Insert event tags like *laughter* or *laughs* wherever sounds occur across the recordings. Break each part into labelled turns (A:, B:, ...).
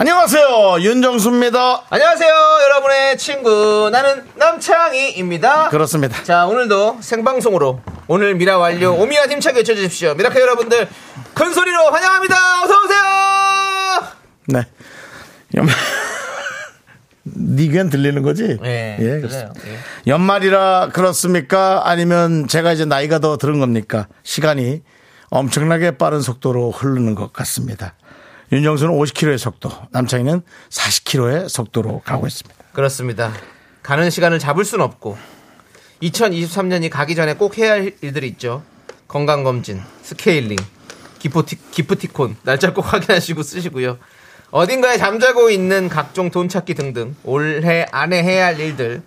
A: 안녕하세요 윤정수입니다
B: 안녕하세요, 여러분의 친구. 나는 남창희입니다.
A: 그렇습니다
B: 자, 오늘도 생방송으로 오늘 미라 완료 오미와 힘차게 외쳐주십시오. 미라클 여러분들, 큰 소리로 환영합니다! 어서오세요!
A: 네 연... *laughs* 니귀엔 들리는 거지?
B: 예, 들려요.
A: 그렇습니다.
B: 예.
A: 연말이라 그렇습니까? 아니면 제가 이제 나이가 더 들은 겁니까? 시간이 엄청나게 빠른 속도로 흐르는 것 같습니다. 윤정수는 50km의 속도, 남창희는 40km의 속도로 가고 있습니다.
B: 그렇습니다. 가는 시간을 잡을 순 없고, 2023년이 가기 전에 꼭 해야 할 일들이 있죠. 건강검진, 스케일링, 기프티, 기프티콘, 날짜 꼭 *laughs* 확인하시고 쓰시고요. 어딘가에 잠자고 있는 각종 돈 찾기 등등 올해 안에 해야 할 일들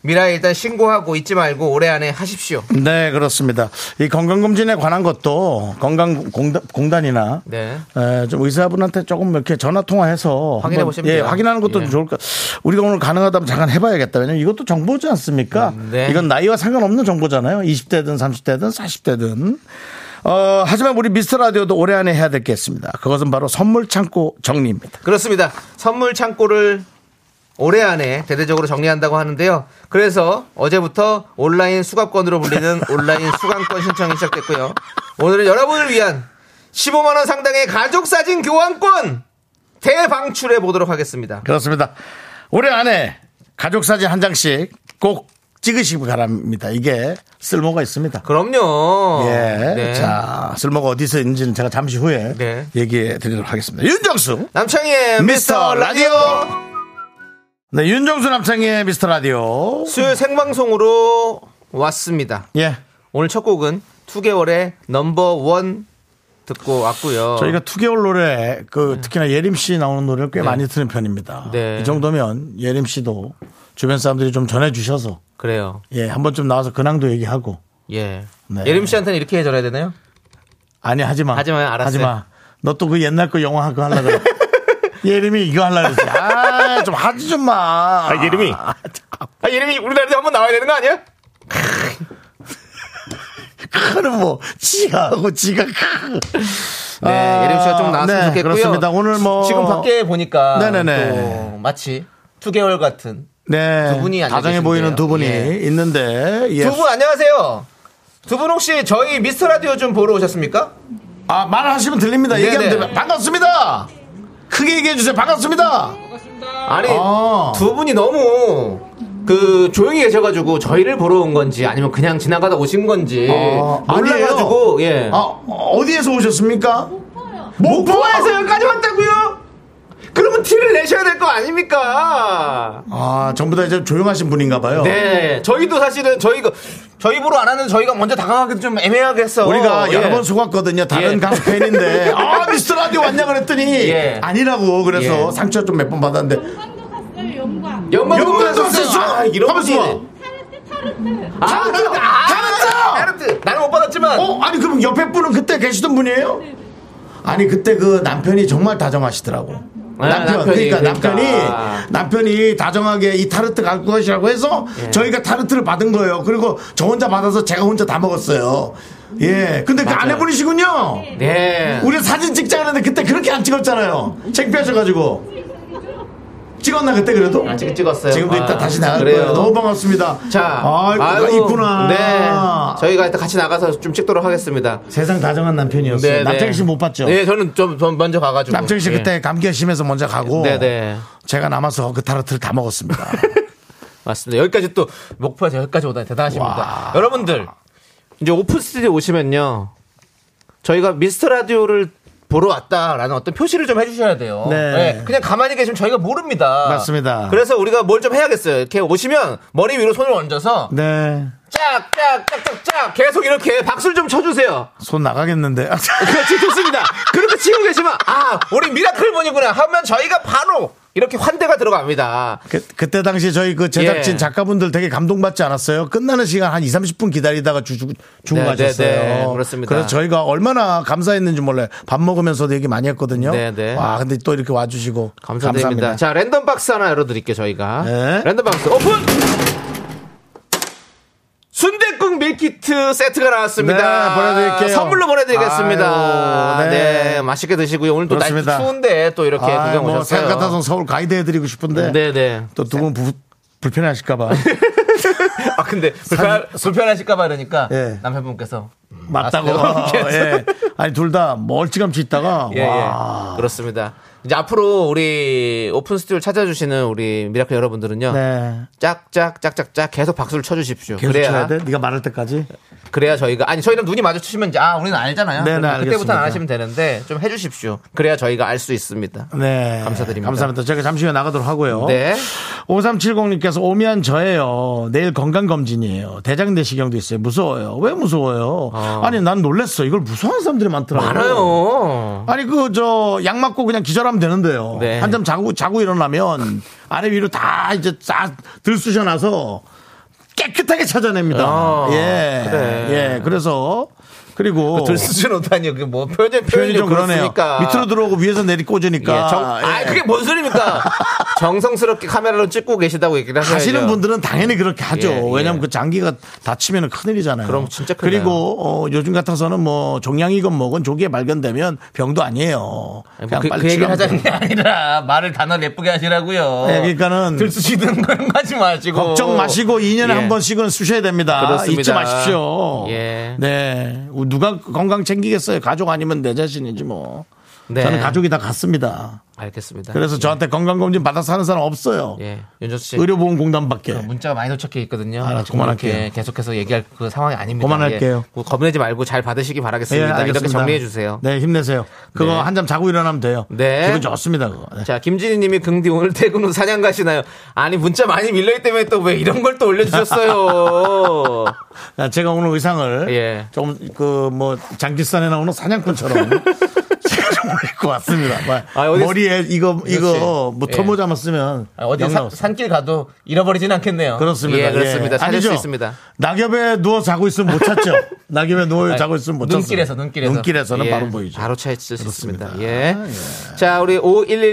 B: 미라에 일단 신고하고 잊지 말고 올해 안에 하십시오.
A: 네, 그렇습니다. 이 건강검진에 관한 것도 건강공단이나
B: 네.
A: 에, 좀 의사분한테 조금 이렇게 전화 통화해서
B: 확인해
A: 한번,
B: 보시면
A: 예,
B: 돼요.
A: 확인하는 것도
B: 예.
A: 좋을 것. 우리가 오늘 가능하다면 잠깐 해봐야겠다. 왜냐면 이것도 정보지 않습니까?
B: 음, 네.
A: 이건 나이와 상관없는 정보잖아요. 20대든 30대든 40대든. 어, 하지만 우리 미스터 라디오도 올해 안에 해야 되겠습니다. 그것은 바로 선물 창고 정리입니다.
B: 그렇습니다. 선물 창고를 올해 안에 대대적으로 정리한다고 하는데요. 그래서 어제부터 온라인 수강권으로
A: *laughs*
B: 불리는 온라인 수강권 신청이 시작됐고요. 오늘은 여러분을 위한 15만 원 상당의 가족 사진 교환권 대방출해 보도록 하겠습니다.
A: 그렇습니다. 올해 안에 가족 사진 한 장씩 꼭 찍으시기 바랍니다. 이게 쓸모가 있습니다.
B: 그럼요.
A: 예.
B: 네.
A: 자, 쓸모가 어디서 있는지는 제가 잠시 후에
B: 네.
A: 얘기해 드리도록 하겠습니다. 윤정수!
B: 남창희의
A: 미스터
B: 미스터 라디오
A: 네, 윤정수 남창희의 미스터 라디오.
B: 수요일 생방송으로 왔습니다.
A: 예.
B: 오늘 첫 곡은 2개월의 넘버 원 듣고 왔고요.
A: 저희가 2개월 노래, 그, 특히나 예림 씨 나오는 노래를 꽤 많이 트는 편입니다.
B: 네.
A: 이 정도면 예림 씨도 주변 사람들이 좀 전해주셔서,
B: 그래요.
A: 예, 한 번쯤 나와서 근황도 얘기하고,
B: 예.
A: 네.
B: 예림 씨한테는 이렇게 해줘야 되나요?
A: 아니, 하지 마.
B: 하지 마요, 알았어요.
A: 하지 마. 너 또 그 옛날 거 영화 그거 하려고
B: *laughs*
A: 그래. 예림이 이거 하려고 그랬지. 아, 좀 하지 좀 마.
C: 아, 예림이.
B: 아, 예림이 우리나라에 한번 나와야 되는 거 아니야?
A: 그거는 뭐 지가 하고 지가 크.
B: 네,
A: 아,
B: 예림 씨가 좀 나왔으면
A: 네,
B: 좋겠고요.
A: 그렇습니다. 오늘 뭐
B: 지금 밖에 보니까
A: 네네네.
B: 또 마치 2개월 같은
A: 네,
B: 두 분이 앉아
A: 다정해
B: 계신데요.
A: 보이는 두 분이
B: 예.
A: 있는데 예.
B: 두 분 안녕하세요. 두 분 혹시 저희 미스터 라디오 좀 보러 오셨습니까?
A: 아 말하시면 들립니다.
B: 네네.
A: 얘기하면 됩니다. 반갑습니다. 크게 얘기해 주세요. 반갑습니다.
B: 아니
A: 아.
B: 네. 두 분이 너무 그 조용히 계셔가지고 저희를 보러 온 건지 아니면 그냥 지나가다 오신 건지
A: 아,
B: 놀라가지고 예.
A: 아 어디에서 오셨습니까? 목포에서
B: 목포에서 여기까지 왔다고요? 그러면 티를 내셔야 될 거 아닙니까?
A: 아 전부 다 이제 조용하신 분인가 봐요.
B: 네, 저희도 사실은 저희가 그, 저희 보러 안 하는 저희가 먼저 다가가기도 좀 애매하게 했어.
A: 우리가 여러
B: 예.
A: 번 속았거든요. 다른
B: 예.
A: 강팬인데 아 미스터 라디오 왔냐 그랬더니
B: *laughs* 예.
A: 아니라고 그래서
B: 예.
A: 상처 좀 몇 번 받았는데
D: 영광도 갔어요 영광
B: 연말
A: 연말도
B: 보면서
A: 뭐 없었어.
B: 아, 이런
A: 가만있어
B: 분이-
A: 봐.
D: 타르트 타르트
B: 아,
A: 타르트!
B: 아,
A: 타르트!
B: 타르트! 나는 못 받았지만
A: 어, 아니 그럼 옆에 분은 그때 계시던 분이에요? 아니 그때 그 남편이 정말 다정하시더라고.
B: 아,
A: 남편,
B: 남편이,
A: 그러니까,
B: 그러니까.
A: 남편이 남편이 다정하게 이 타르트 갈 것이라고 해서
B: 예.
A: 저희가 타르트를 받은 거예요. 그리고 저 혼자 받아서 제가 혼자 다 먹었어요. 예, 근데 그 아내분이시군요.
B: 네.
A: 우리 사진 찍자 그랬는데 그때 그렇게 안 찍었잖아요. 창피하셔가지고 찍었나 그때 그래도?
B: 아, 지금 찍었어요.
A: 지금도 이따
B: 아,
A: 다시 나갈
B: 그래요.
A: 거예요. 너무 반갑습니다.
B: 자,
A: 아이고, 나
B: 아이고,
A: 있구나.
B: 네, 저희가 일단 같이 나가서 좀 찍도록 하겠습니다.
A: 세상 다정한 남편이었어요.
B: 네,
A: 남창희
B: 네.
A: 씨못 봤죠?
B: 네, 저는 좀, 좀 먼저 가가지고.
A: 남창희 씨
B: 예.
A: 그때 감기가 심해서 먼저 가고
B: 네, 네.
A: 제가 남아서 그 타르트를 다
B: *laughs*
A: 먹었습니다.
B: 맞습니다. 여기까지 또 목포에서 여기까지 오다니 대단하십니다.
A: 와.
B: 여러분들 이제 오픈 스튜디오 오시면요. 저희가 미스터 라디오를 보러 왔다라는 어떤 표시를 좀 해주셔야 돼요.
A: 네.
B: 그냥 가만히 계시면 저희가 모릅니다.
A: 맞습니다.
B: 그래서 우리가 뭘 좀 해야겠어요. 이렇게 오시면 머리 위로 손을 얹어서
A: 네.
B: 짝짝짝짝짝 계속 이렇게 박수를 좀 쳐주세요.
A: 손
B: *laughs*
A: 나가겠는데.
B: 그렇지 좋습니다. 그렇게 치고 계시면 아 우리 미라클 분이구나 하면 저희가 바로 이렇게 환대가 들어갑니다.
A: 그, 그때 당시 저희 그 제작진
B: 예.
A: 작가분들 되게 감동받지 않았어요? 끝나는 시간 한 20, 30분 기다리다가 주, 주, 주고
B: 네,
A: 가셨어요.
B: 네, 네, 그렇습니다.
A: 그래서 저희가 얼마나 감사했는지 몰라요. 밥 먹으면서도 얘기 많이 했거든요.
B: 네, 네.
A: 와, 근데 또 이렇게 와주시고.
B: 감사드립니다.
A: 감사합니다.
B: 자 랜덤 박스 하나 열어드릴게요 저희가
A: 네.
B: 랜덤 박스 오픈. 순대국 밀키트 세트가 나왔습니다.
A: 네, 보내드릴게요.
B: 선물로 보내드리겠습니다.
A: 아유, 네.
B: 네. 맛있게 드시고요. 오늘 또 날씨
A: 그렇습니다.
B: 추운데 또 이렇게
A: 아,
B: 구경
A: 뭐
B: 오셨어요. 음,
A: 생각 같아서 서울 가이드 해드리고 싶은데.
B: 네네.
A: 또 두 분
B: *laughs*
A: 불편하실까봐.
B: 아 근데 불편, 불편하실까봐 그러니까
A: 예.
B: 남편분께서
A: 맞다고.
B: 아, *laughs* 계속.
A: 예. 아니, 둘 다 멀찌감치 있다가.
B: 예, 예.
A: 와.
B: 그렇습니다. 이제 앞으로 우리 오픈 스튜디오 를 찾아주시는 우리 미라클 여러분들은요.
A: 네.
B: 짝짝짝짝짝 계속 박수를 쳐주십시오.
A: 계속 쳐야
B: 그래야
A: 돼? 네가 말할 때까지?
B: 그래야 저희가 아니 저희랑 눈이 마주치면 이제 아 우리는 알잖아요.
A: 네, 네,
B: 그때부터
A: 알겠습니다.
B: 안 하시면 되는데 좀 해주십시오. 그래야 저희가 알 수 있습니다.
A: 네.
B: 감사드립니다.
A: 감사합니다. 제가 잠시 후에 나가도록 하고요.
B: 네.
A: 5370님께서 오면 저예요. 내일 건강검진이에요. 대장 내시경도 있어요. 무서워요. 왜 무서워요? 아니, 난 놀랬어. 이걸 무서워하는 사람들이 많더라고요.
B: 많아요.
A: 아니, 그, 저, 약 맞고 그냥 기절하면 되는데요.
B: 네.
A: 한참 자고, 자고 일어나면 아래 위로 다 이제 쫙 들쑤셔놔서 깨끗하게 찾아냅니다.
B: 아,
A: 예.
B: 그래.
A: 예. 그래서, 그리고.
B: 들쓰지 못하니요. 그게 뭐 표현
A: 표현이 좀 그러네요.
B: 그렇습니까?
A: 밑으로 들어오고 위에서 내리 꽂으니까.
B: 예, 정,
A: 예.
B: 아, 그게 뭔
A: *laughs*
B: 소리입니까? 정성스럽게 카메라로 찍고 계시다고 얘기를 하셔야죠.
A: 하시는 분들은 당연히 그렇게 하죠.
B: 예, 예.
A: 왜냐하면 그 장기가 다치면 큰일이잖아요.
B: 그럼 진짜 큰일
A: 그리고 어, 요즘 같아서는 뭐 종양이건 뭐건 조기에 발견되면 병도 아니에요.
B: 아니,
A: 그냥
B: 뭐 그,
A: 빨리
B: 그 얘기를
A: 치료하면
B: 하자는 게 아니라 말을 단어 예쁘게 하시라고요.
A: 네, 그러니까는
B: 들쑤시든 그런 거 하지 마시고.
A: 걱정 마시고 2년에
B: 예.
A: 한 번씩은 쑤셔야 됩니다.
B: 그렇습니다.
A: 잊지 마십시오.
B: 예.
A: 네. 누가 건강 챙기겠어요. 가족 아니면 내 자신이지 뭐.
B: 네.
A: 저는 가족이 다 같습니다.
B: 알겠습니다.
A: 그래서 저한테 건강검진 받아서 하는 사람 없어요.
B: 예. 윤정 씨.
A: 의료보험공단밖에.
B: 문자가 많이 도착해 있거든요.
A: 알았어,
B: 지금
A: 그만할게요.
B: 이렇게 계속해서 얘기할 그 상황이 아닙니다.
A: 그만할게요.
B: 예. 뭐 겁내지 말고 잘 받으시기 바라겠습니다. 이렇게
A: 예, 알겠습니다.
B: 정리해 주세요.
A: 네, 힘내세요. 그거
B: 네.
A: 한잠 자고 일어나면 돼요.
B: 네.
A: 기분 좋습니다, 그거. 네.
B: 자, 김진희 님이 긍디 오늘 퇴근 후 사냥 가시나요? 아니, 문자 많이 밀려있 때문에 또 왜 이런 걸
A: *laughs*
B: 또 올려주셨어요?
A: 자, 제가 오늘 의상을
B: 예.
A: 조금 그 뭐 장기산에 나오는
B: *laughs*
A: 사냥꾼처럼 제가 좀 입고 왔습니다. 뭐
B: 아, 어디-
A: 머리에 이거 이거 뭐
B: 예.
A: 터모자만 쓰면
B: 아, 어디
A: 영
B: 사-
A: 나오죠.
B: 산길 가도 잃어버리진 않겠네요.
A: 그렇습니다.
B: 예, 그렇습니다. 찾을
A: 아니죠.
B: 수 있습니다.
A: 낙엽에 누워 자고 있으면 못
B: *laughs*
A: 찾죠. 낙엽에 누워
B: 아니,
A: 자고 있으면 못 찾죠.
B: 눈길에서 눈길에서
A: 눈길에서는
B: 예,
A: 바로 보이죠.
B: 바로 차에 있을 수
A: 그렇습니다.
B: 있습니다.
A: 아,
B: 예. 자, 우리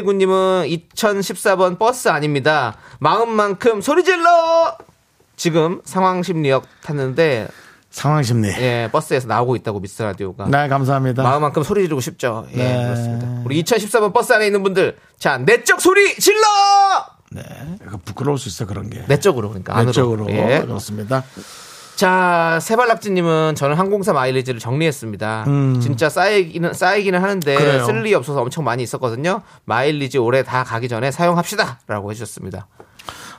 B: 5119님은 2014번 버스 아닙니다. 마음만큼 소리 질러. 지금 상황 심리역 탔는데
A: 상황 심리.
B: 예, 버스에서 나오고 있다고 미스 라디오가.
A: 네, 감사합니다.
B: 마음만큼 소리 지르고 싶죠. 예,
A: 네.
B: 그렇습니다. 우리 2014번 버스 안에 있는 분들, 자, 내적 소리 질러!
A: 네. 그거 부끄러울 수 있어 그런 게.
B: 내적으로, 그러니까 안으로.
A: 내적으로
B: 예.
A: 그렇습니다.
B: 자, 세발낙지님은 저는 항공사 마일리지를 정리했습니다. 진짜 쌓이기는, 쌓이기는 하는데
A: 음. 그래요.
B: 쓸 일이 없어서 엄청 많이 있었거든요. 마일리지 올해 다 가기 전에 사용합시다! 라고 해주셨습니다.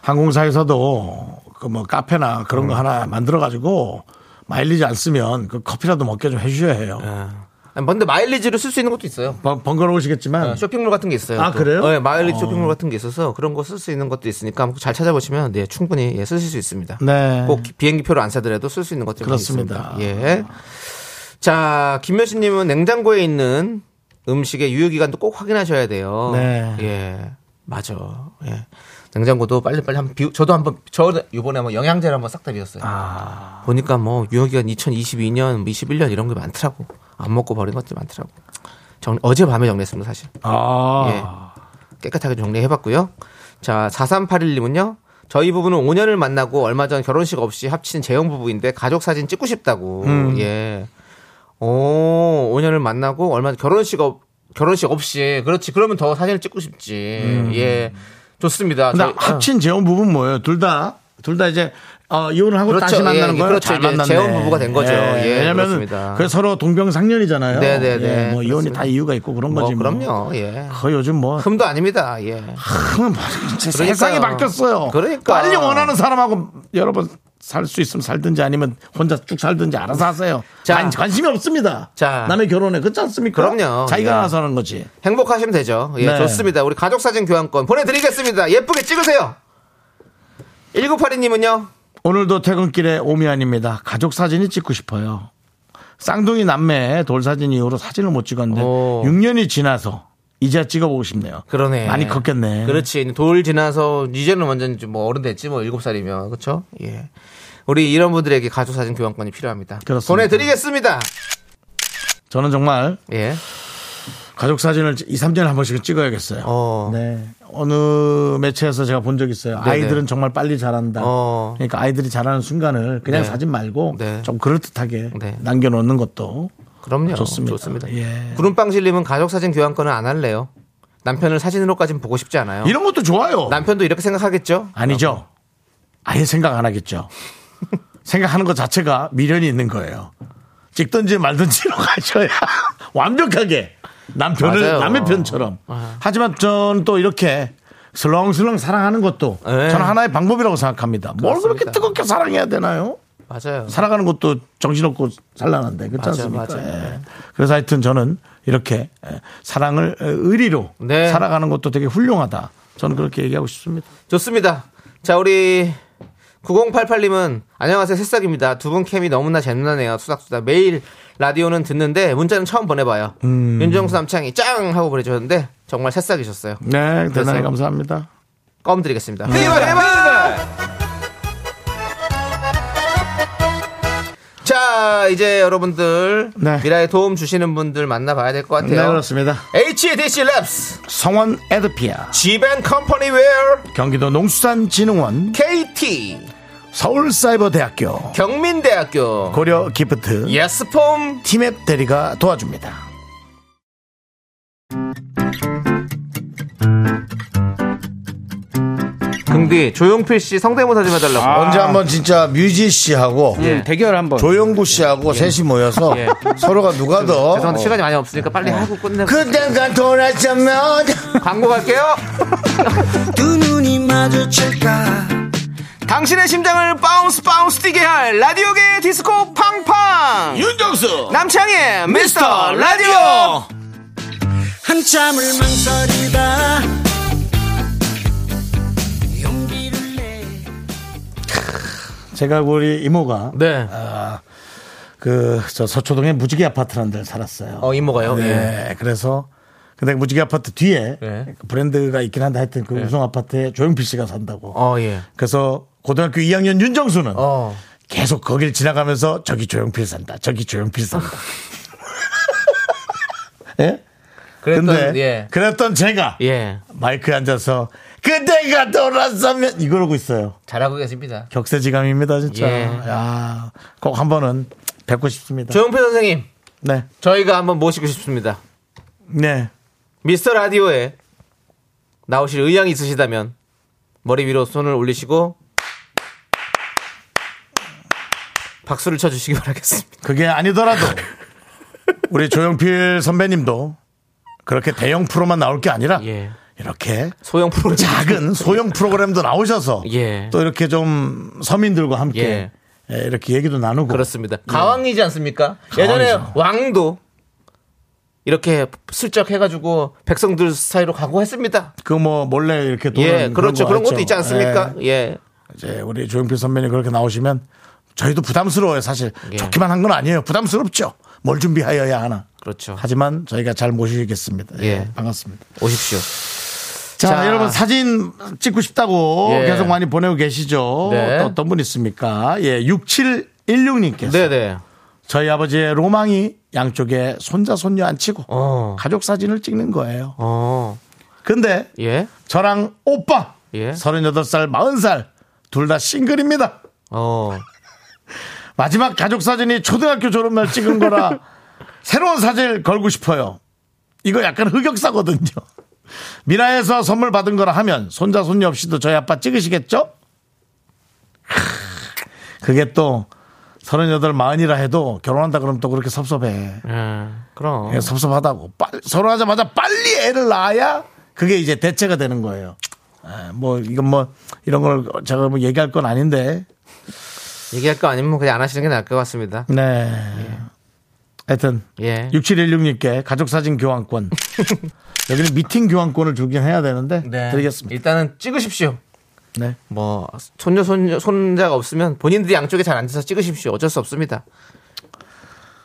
A: 항공사에서도 그 뭐 카페나 그런
B: 음.
A: 거 하나 만들어 가지고 마일리지 안 쓰면 그 커피라도 먹게 좀 해주셔야 해요.
B: 네. 아니, 근데 마일리지를 쓸 수 있는 것도 있어요.
A: 번- 번거로우시겠지만
B: 쇼핑몰 같은 게 있어요.
A: 아,
B: 또.
A: 그래요?
B: 네, 마일리지
A: 어.
B: 쇼핑몰 같은 게 있어서 그런 거 쓸 수 있는 것도 있으니까 한번 잘 찾아보시면 네, 충분히 예, 쓰실 수 있습니다.
A: 네.
B: 꼭 비행기표를 안 사더라도 쓸 수 있는 것들이 많이
A: 그렇습니다.
B: 있습니다. 예. 자, 김면신 님은 냉장고에 있는 음식의 유효 기간도 꼭 확인하셔야 돼요.
A: 네.
B: 예. 맞아. 예. 냉장고도 빨리빨리 한번 비우 저도 한번 저 이번에 뭐 영양제를 한번 싹 다 비웠어요.
A: 아.
B: 보니까 뭐 유효 기간 2022년, 21년 이런 게 많더라고. 안 먹고 버린 것들 많더라고. 정, 어제 밤에 정리했습니다, 사실. 예.
A: 아
B: 깨끗하게 정리해봤고요. 자, 4381님은요. 저희 부부는 5년을 만나고 얼마 전 결혼식 없이 합친 재혼 부부인데 가족 사진 찍고 싶다고.
A: 음.
B: 예. 오, 5년을 만나고 얼마 전 결혼식 없 결혼식 없이 그렇지. 그러면 더 사진을 찍고 싶지. 예. 좋습니다.
A: 음. 근데
B: 아, 저희- 어.
A: 합친 재혼 부분 뭐예요? 둘 다 둘 다 이제 어, 이혼을 하고
B: 그렇죠.
A: 다시 만나는
B: 예,
A: 거예요.
B: 그렇죠.
A: 잘
B: 이제
A: 만났네.
B: 재혼 부부가 된 거죠. 예,
A: 왜냐면
B: 그렇습니다.
A: 그 서로 동병상련이잖아요.
B: 네, 네, 네.
A: 예, 뭐 이혼이
B: 그렇습니다.
A: 다 이유가 있고 그런
B: 뭐
A: 거지. 뭐.
B: 그럼요. 예.
A: 그거 요즘 뭐
B: 흠도 아닙니다. 예.
A: 흠은 뭐 진짜 세상이 바뀌었어요.
B: 그러니까.
A: 빨리 원하는 사람하고 여러분 살 수 있으면 살든지 아니면 혼자 쭉 살든지 알아서 하세요.
B: 자.
A: 관- 관심이 없습니다.
B: 자.
A: 남의 결혼에 그렇지 않습니까?
B: 그럼요.
A: 자기가
B: 예.
A: 알아서 하는 거지.
B: 행복하시면 되죠. 예,
A: 네.
B: 좋습니다. 우리 가족 사진 교환권 보내드리겠습니다. 예쁘게 찍으세요. 1982님은요.
A: 오늘도 퇴근길에 오미안입니다. 가족 사진이 찍고 싶어요. 쌍둥이 남매의 돌 사진 이후로 사진을 못 찍었는데
B: 오.
A: 6년이 지나서 이제야 찍어보고 싶네요.
B: 그러네.
A: 많이 컸겠네.
B: 그렇지. 돌 지나서 이제는 완전 좀뭐 어른 됐지 뭐 일곱 살이면 그렇죠. 예. 우리 이런 분들에게 가족 사진 교환권이 필요합니다.
A: 그렇습니다.
B: 보내드리겠습니다.
A: 저는 정말
B: 예.
A: 가족 사진을 2, 3년에 한 번씩은 찍어야겠어요.
B: 어.
A: 네. 어느 매체에서 제가 본 적 있어요.
B: 네네.
A: 아이들은 정말 빨리 자란다.
B: 어.
A: 그러니까 아이들이 자라는 순간을 그냥
B: 네.
A: 사진 말고
B: 네.
A: 좀 그럴듯하게
B: 네.
A: 남겨놓는 것도
B: 그럼요.
A: 좋습니다.
B: 좋습니다.
A: 예.
B: 구름빵실님은 가족 사진 교환권은 안 할래요. 남편을 사진으로까진 보고 싶지 않아요.
A: 이런 것도 좋아요.
B: 남편도 이렇게 생각하겠죠?
A: 아니죠. 아예 생각 안
B: *laughs*
A: 하겠죠. 생각하는 것 자체가 미련이 있는 거예요. 찍든지 말든지로 *laughs* 가셔야 완벽하게 남편을
B: 맞아요. 어.
A: 남의 편처럼. 하지만 저는 또 이렇게 슬렁슬렁 사랑하는 것도
B: 네.
A: 저는 하나의 방법이라고 생각합니다. 뭘 그렇게
B: 그렇습니다.
A: 뜨겁게 사랑해야 되나요?
B: 맞아요.
A: 살아가는 것도 정신없고 산란한데 그렇지
B: 맞아요,
A: 않습니까?
B: 맞아요.
A: 예. 그래서 하여튼 저는 이렇게 예, 사랑을 어, 의리로
B: 네.
A: 살아가는 것도 되게 훌륭하다. 저는 그렇게 얘기하고 싶습니다.
B: 좋습니다. 자, 우리 9088님은 안녕하세요. 새싹입니다. 두 분 캠이 너무나 재미나네요. 수닥수닥. 매일 라디오는 듣는데 문자는 처음 보내봐요. 윤정수 남창이 짱! 하고 보내주셨는데 정말 새싹이셨어요.
A: 네, 대단히
B: 그래서-
A: 감사합니다.
B: 껌 드리겠습니다.
A: 네.
B: 자, 이제 여러분들
A: 네.
B: 미라에 도움 주시는 분들 만나봐야 될 것
A: 네,
B: 같아요.
A: 그렇습니다.
B: HDC 랩스,
A: 성원 에드피아,
B: 지벤 컴퍼니 웨어,
A: 경기도 농수산진흥원,
B: KT,
A: 서울사이버대학교,
B: 경민대학교,
A: 고려 기프트,
B: 예스폼,
A: 티맵 대리가 도와줍니다.
B: 긍디 조용필 씨 성대모사 좀 해달라고.
A: 언제 한번 진짜 뮤지 씨하고
E: 예, 대결 한번.
A: 조영구 씨하고 셋이 모여서 서로가 누가 더
B: 죄송한데 어, 시간이 많이 없으니까 빨리 하고 끝내. 고
A: 그땐가 돌아서면
B: 광고 갈게요.
A: 두 눈이 마주칠까
B: 당신의 심장을 바운스 바운스 뛰게 할 라디오계 디스코 팡팡.
A: 윤정수
B: 남창의 미스터 라디오.
A: 한참을 망설이다 제가 우리 이모가
B: 네.
A: 아, 그 저 서초동에 무지개 아파트라는 데를 살았어요.
B: 어 이모가요. 예.
A: 네, 그래서 근데 무지개 아파트 뒤에
B: 네.
A: 그 브랜드가 있긴 한데 하여튼 그 우성 아파트에 조용필 씨가 산다고.
B: 예. 어 예.
A: 그래서 고등학교 2학년 윤정수는
B: 어.
A: 계속 거길 지나가면서 저기 조용필 산다. 저기 조용필
B: 어,
A: 산다. 예?
B: 그랬던
A: 근데
B: 예.
A: 그랬던 제가
B: 예.
A: 마이크에 앉아서 그대가 돌아서면 이러고 있어요.
B: 잘하고 계십니다.
A: 격세지감입니다, 진짜.
B: 예.
A: 야, 꼭 한 번은 뵙고 싶습니다.
B: 조용필 선생님
A: 네.
B: 저희가 한번 모시고 싶습니다.
A: 네.
B: 미스터 라디오에 나오실 의향이 있으시다면 머리 위로 손을 올리시고 박수를 쳐주시기 바라겠습니다.
A: 그게
B: *laughs*
A: 아니더라도 우리 조영필 선배님도 그렇게 대형 프로만 나올 게 아니라
B: 예.
A: 이렇게
B: 소형 프로
A: 작은 소형 프로그램도 나오셔서
B: 예.
A: 또 이렇게 좀 서민들과 함께 예, 이렇게 얘기도 나누고
B: 그렇습니다. 네. 가왕이지 않습니까?
A: 가왕이죠.
B: 예전에 왕도 이렇게 슬쩍 해가지고 백성들 사이로 가고 했습니다.
A: 그 뭐 몰래 이렇게 돈을
B: 예, 그렇죠. 그런 것도 있지 않습니까? 예.
A: 이제 우리 조영필 선배님 그렇게 나오시면 저희도 부담스러워요 사실
B: 예.
A: 좋기만 한 건 아니에요 부담스럽죠 뭘 준비하여야 하나
B: 그렇죠.
A: 하지만 저희가 잘 모시겠습니다 예,
B: 예.
A: 반갑습니다
B: 오십시오.
A: 자,
B: 자.
A: 여러분 사진 찍고 싶다고
B: 예.
A: 계속 많이 보내고 계시죠
B: 네.
A: 또 어떤 분 있습니까 예 6716님께서
B: 네네.
A: 저희 아버지의 로망이 양쪽에 손자 손녀 안 치고
B: 어.
A: 가족 사진을 찍는 거예요
B: 어.
A: 근데
B: 예.
A: 저랑 오빠
B: 예.
A: 38살 40살 둘 다 싱글입니다
B: 어.
A: 마지막 가족 사진이 초등학교 졸업날 찍은 거라 새로운 사진을 걸고 싶어요. 이거 약간 흑역사거든요. 미라에서 선물 받은 거라 하면 손자 손녀 없이도 저희 아빠 찍으시겠죠? 크, 그게 또 서른여덟 마흔이라 해도 결혼한다 그러면 또 그렇게 섭섭해.
B: 예. 그럼.
A: 그냥 섭섭하다고. 빨리, 결혼하자마자 빨리 애를 낳아야 그게 이제 대체가 되는 거예요. 에, 뭐 이건 뭐 이런 걸 제가 뭐 얘기할 건 아닌데
B: 얘기할 거 아니면 뭐 그냥 안 하시는 게 나을 것 같습니다.
A: 네. 하여튼
B: 예.
A: 6716님께 가족 사진
B: *laughs*
A: 교환권.
B: 네.
A: 여기는 미팅 교환권을 주긴 해야 되는데 드리겠습니다.
B: 일단은 찍으십시오.
A: 네.
B: 뭐 손녀 손녀 손자가 없으면 본인들이 양쪽에 잘 앉아서 찍으십시오. 어쩔 수 없습니다.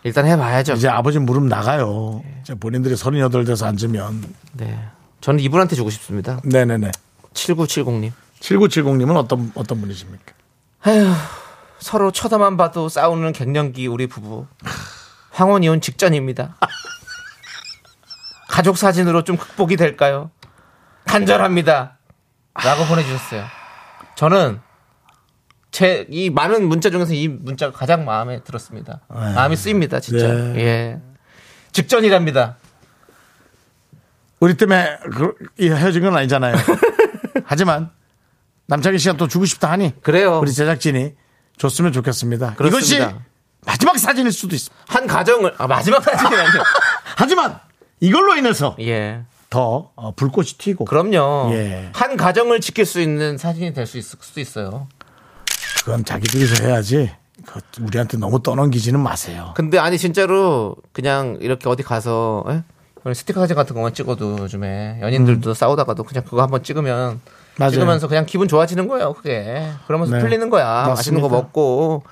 B: 일단 해봐야죠.
A: 네. 이제 아버지 무릎 나가요. 이제 본인들이 38 돼서 앉으면.
B: 네. 저는 이분한테 주고 싶습니다.
A: 네네네.
B: 7970님.
A: 7970님은 어떤, 어떤 분이십니까?
B: 아휴, 서로 쳐다만 봐도 싸우는 갱년기 우리 부부. 황혼 이혼 직전입니다. 가족 사진으로 좀 극복이 될까요? 간절합니다. 라고 보내주셨어요. 저는 제 이 많은 문자 중에서 이 문자가 가장 마음에 들었습니다. 마음이 쓰입니다, 진짜.
A: 네.
B: 예. 직전이랍니다.
A: 우리 때문에 그- 이 헤어진 건
B: *laughs*
A: 아니잖아요. 하지만 남창희 씨가 또 주고 싶다 하니
B: 그래요.
A: 우리 제작진이 줬으면 좋겠습니다.
B: 어. 그렇습니다.
A: 이것이 마지막 사진일 수도 있습니다.
B: 한 가정을, 아, 마지막
A: *laughs*
B: 사진이라뇨.
A: 하지만 이걸로 인해서
B: 예.
A: 더 어, 불꽃이 튀고
B: 그럼요.
A: 예.
B: 한 가정을 지킬 수 있는 사진이 될 수 있을 수도 있어요.
A: 그건 자기들이서 해야지. 그 우리한테 너무 떠넘기지는 마세요.
B: 근데 아니 진짜로 그냥 이렇게 어디 가서 예? 그런 스티커 사진 같은 것만 찍어도 요즘에 연인들도 싸우다가도 그냥 그거 한번 찍으면
A: 음. 맞아요.
B: 찍으면서 그냥 기분 좋아지는 거예요 그게 그러면서
A: 네.
B: 풀리는 거야 맛있는 거
A: 맞습니다.
B: 먹고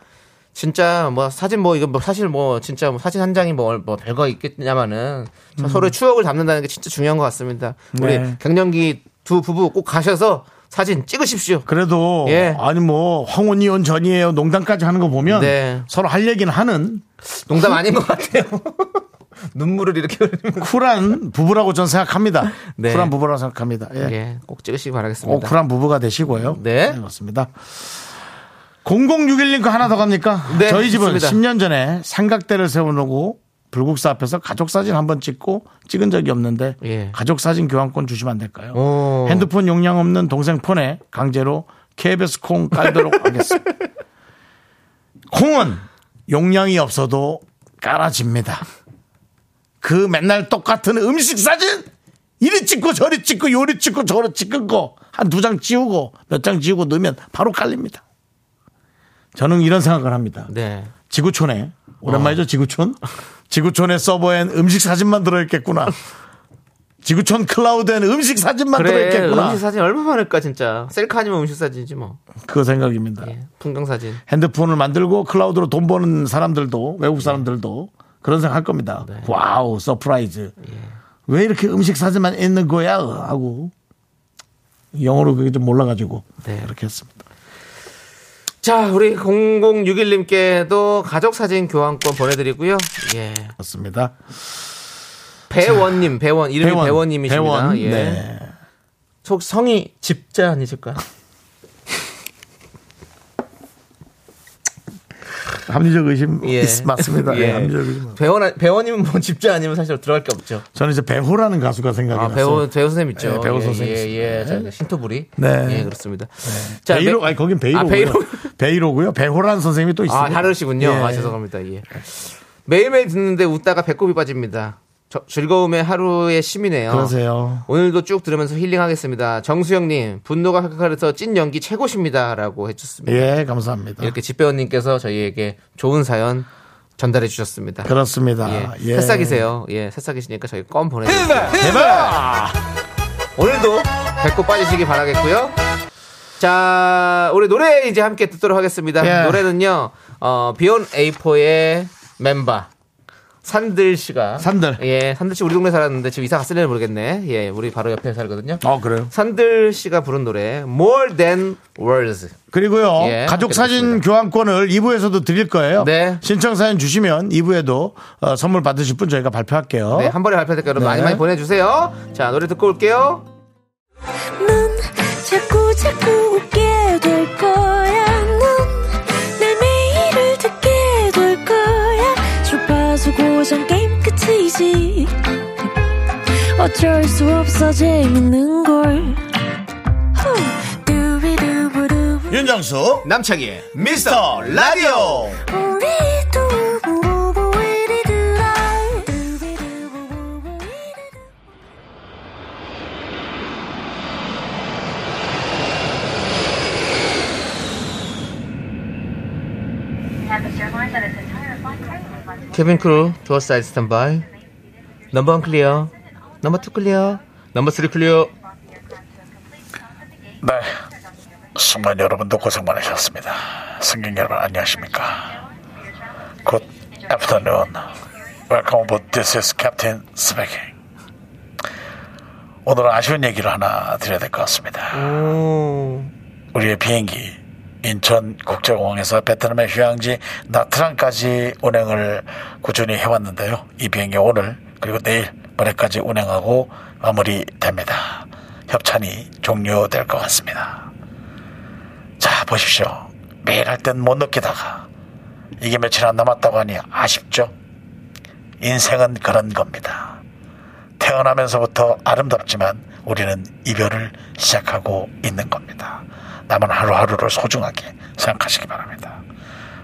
B: 진짜 뭐 사진 뭐 이거 뭐 사실 뭐 진짜 뭐 사진 한 장이 뭐, 뭐 별거 있겠냐마는 참 서로의 추억을 담는다는 게 진짜 중요한 것 같습니다
A: 음. 네.
B: 우리 갱년기 두 부부 꼭 가셔서 사진 찍으십시오
A: 그래도
B: 예.
A: 아니 뭐 황혼 이혼 전이에요 농담까지 하는 거 보면
B: 네.
A: 서로 할 얘기는 하는
B: 농담 아닌 것
A: *laughs*
B: 같아요 눈물을 이렇게 흘리면
A: 쿨한 부부라고 전 생각합니다.
B: 네.
A: 쿨한 부부라고 생각합니다. 예.
B: 예, 꼭 찍으시기
A: 오,
B: 바라겠습니다
A: 어, 쿨한 부부가 되시고요.
B: 네.
A: 맞습니다. 0061링크 하나 더 갑니까?
B: 네,
A: 저희 집은
B: 좋습니다.
A: 10년 전에 삼각대를 세워놓고 불국사 앞에서 가족 사진 한 번 찍고 찍은 적이 없는데
B: 예. 어.
A: 가족 사진 교환권 주시면 안 될까요?
B: 오.
A: 핸드폰 용량 없는 동생 폰에 강제로 KBS 콩
B: *laughs*
A: 깔도록 하겠습니다. 콩은 용량이 없어도 깔아집니다. 그 맨날 똑같은 음식 사진 이리 찍고 저리 찍고 요리 찍고 저리 찍은 거한 두 장 지우고 몇 장 지우고 넣으면 바로 깔립니다. 저는 이런 생각을 합니다.
B: 네. 어.
A: 지구촌에 오랜만이죠 지구촌 지구촌의 서버엔 음식 사진만 들어있겠구나. 지구촌 클라우드엔 음식 사진만
B: 그래
A: 들어있겠구나.
B: 아, 음식 사진 얼마 많을까 진짜 셀카 아니면 음식 사진이지 뭐
A: 그 생각입니다.
B: 예, 풍경 사진
A: 핸드폰을 만들고 클라우드로 돈 버는 사람들도
B: 예.
A: 외국 사람들도 그런 생각 할 겁니다.
B: 네.
A: 와우 서프라이즈.
B: 예.
A: 왜 이렇게 음식 사진만 있는 거야 하고 영어로 그게 좀 몰라가지고
B: 네.
A: 그렇게 했습니다.
B: 자 우리 0061님께도 가족 사진 교환권 보내드리고요 예
A: 그렇습니다.
B: 배원님 배원 이름이 배원. 님이십니다
A: 배원.
B: 예.
A: 네.
B: 속 성이 집자 아니실까
A: 합리적 의심 *laughs*
B: 예.
A: 있- 맞습니다. *laughs* 예.
B: 예.
A: 합리적 의심.
B: 배원 배원님은 뭐 집자 아니면 사실 들어갈 게 없죠
A: 저는 이제 배호라는 가수가 생각이
B: 아
A: 났어요.
B: 배우 배우 선생님 있죠
A: 예, 배우
B: 예,
A: 선생님
B: 예예
A: 있습니다.
B: 신토부리
A: 네.
B: 예 그렇습니다 자
A: 베이로
B: 매-
A: 아니 거긴
B: 아,
A: 베이로고요.
B: 베이로
A: 베이로고요. 배호라는 선생님이 또 있어요.
B: 아, 다르시군요. 아, 죄송합니다. 예. 매일매일 듣는데 웃다가 배꼽이 빠집니다. 저- 즐거움의 하루의 심이네요.
A: 그러세요.
B: 오늘도 쭉 들으면서 힐링하겠습니다. 정수영님, 분노가 칼칼해서 찐 연기 최고십니다. 라고 해주셨습니다.
A: 예, 감사합니다.
B: 이렇게 집배원님께서 저희에게 좋은 사연 전달해 주셨습니다.
A: 그렇습니다.
B: 예. 새싹이세요. 예, 새싹이시니까 저희 껌 보내드립니다. 오늘도 배꼽 빠지시기 바라겠고요. 자, 우리 노래 이제 함께 듣도록 하겠습니다.
A: 예.
B: 노래는요, 어, 비온 A4의 멤버. 산들 씨가
A: 산들.
B: 예 산들 씨 우리 동네 살았는데 지금 이사 갔을려나 모르겠네 예 우리 바로 옆에 살거든요
A: 아, 그래요?
B: 산들 씨가 부른 노래 More Than Words
A: 그리고요.
B: 예,
A: 가족
B: 함께
A: 사진
B: 듣겠습니다.
A: 교환권을 2부에서도 드릴 거예요.
B: 네.
A: 신청 사연 주시면 2부에도 어, 선물 받으실 분 저희가 발표할게요.
B: 네, 한 번에 발표할 테니까 여러분 많이
A: 네.
B: 많이 보내주세요 자 노래 듣고 올게요
E: 넌 자꾸 자꾸 웃게 될 거야. 넌내 매일을 듣게 될 거야. 주파수 고정 게임 끝이지. 어쩔 수 없어 재밌는 걸. 후. 두비두부두.
A: 윤정수
B: 남창희의
A: 어? 미스터 라디오.
E: 우리 두부부부 우리 두라. 두비두부부부 우리 두라.
B: 케빈 크루, 조어 사이드 스탠바이. 넘버 원 클리어. 넘버 투 클리어. 넘버 쓰리 클리어.
A: 네. 순간 여러분도 고생 많으셨습니다. 승객 여러분 안녕하십니까? Good afternoon. Welcome aboard. This is Captain speaking. 오늘은 아쉬운 얘기를 하나 드려야 될 것 같습니다.
B: 오.
A: 우리의 비행기 인천 국제공항에서 베트남의 휴양지 나트랑까지 운행을 꾸준히 해왔는데요. 이 비행기 오늘 그리고 내일 모레까지 운행하고 마무리됩니다. 협찬이 종료될 것 같습니다. 자 보십시오. 매일 할 땐 못 느끼다가 이게 며칠 안 남았다고 하니 아쉽죠. 인생은 그런 겁니다. 태어나면서부터 아름답지만 우리는 이별을 시작하고 있는 겁니다. 남은 하루하루를 소중하게 생각하시기 바랍니다.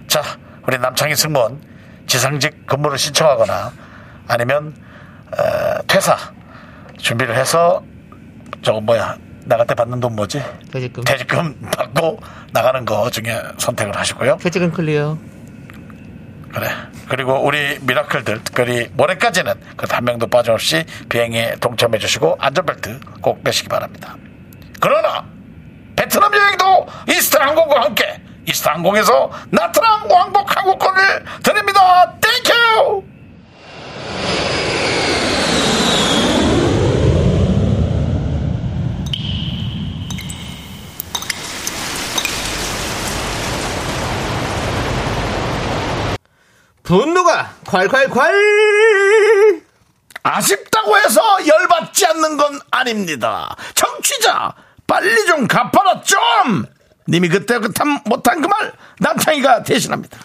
A: 자, 우리 남창희 승무원 지상직 근무를 신청하거나 아니면 어, 퇴사 준비를 해서 저거 뭐야 나갈 때 받는 돈 뭐지?
B: 퇴직금.
A: 퇴직금 받고 나가는 거 중에 선택을 하시고요.
B: 퇴직은 클리어.
A: 그래. 그리고 우리 미라클들 특별히 모레까지는 그한 명도 빠짐없이 비행에 동참해 주시고 안전벨트 꼭 매시기 바랍니다. 그러나 베트남 여행도 이스타 항공과 함께 이스타 항공에서 나트랑 왕복 항공권을 드립니다. 땡큐.
B: 분노가 콸콸콸!
A: 아쉽다고 해서 열받지 않는 건 아닙니다. 정취자 빨리 좀 갚아라 좀. 님이 그때 그참 못한 그 말 남창이가 대신합니다.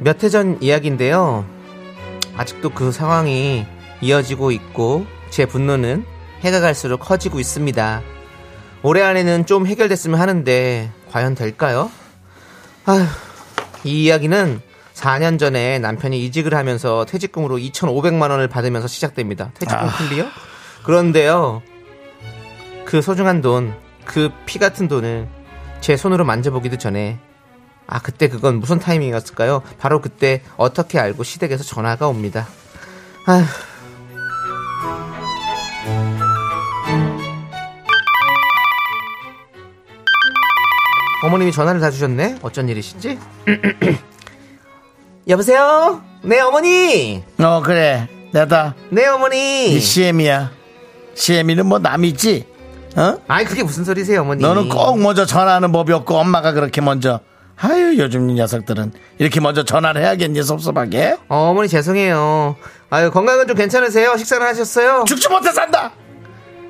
B: 몇 해 전 이야기인데요. 아직도 그 상황이 이어지고 있고 제 분노는 해가 갈수록 커지고 있습니다. 올해 안에는 좀 해결됐으면 하는데 과연 될까요? 아휴, 이 이야기는 4년 전에 남편이 이직을 하면서 퇴직금으로 2,500만 원을 받으면서 시작됩니다. 퇴직금 클리어? 그런데요. 그 소중한 돈, 그 피 같은 돈을 제 손으로 만져보기도 전에 아 그때 그건 무슨 타이밍이었을까요? 바로 그때 어떻게 알고 시댁에서 전화가 옵니다. 아휴. 어머님이 전화를 다 주셨네. 어쩐 일이시지? *clears throat* 여보세요. 네 어머니.
A: 어 그래 내다
B: 네 어머니.
A: 이 CM이야 CM이는 뭐 남이지 어?
B: 아이 그게 무슨 소리세요 어머니?
A: 너는 꼭 먼저 전화하는 법이 없고 엄마가 그렇게 먼저 아유 요즘 이 녀석들은 이렇게 먼저 전화를 해야겠니 섭섭하게
B: 어, 어머니 죄송해요. 아유 건강은 좀 괜찮으세요? 식사는 하셨어요?
A: 죽지 못해 산다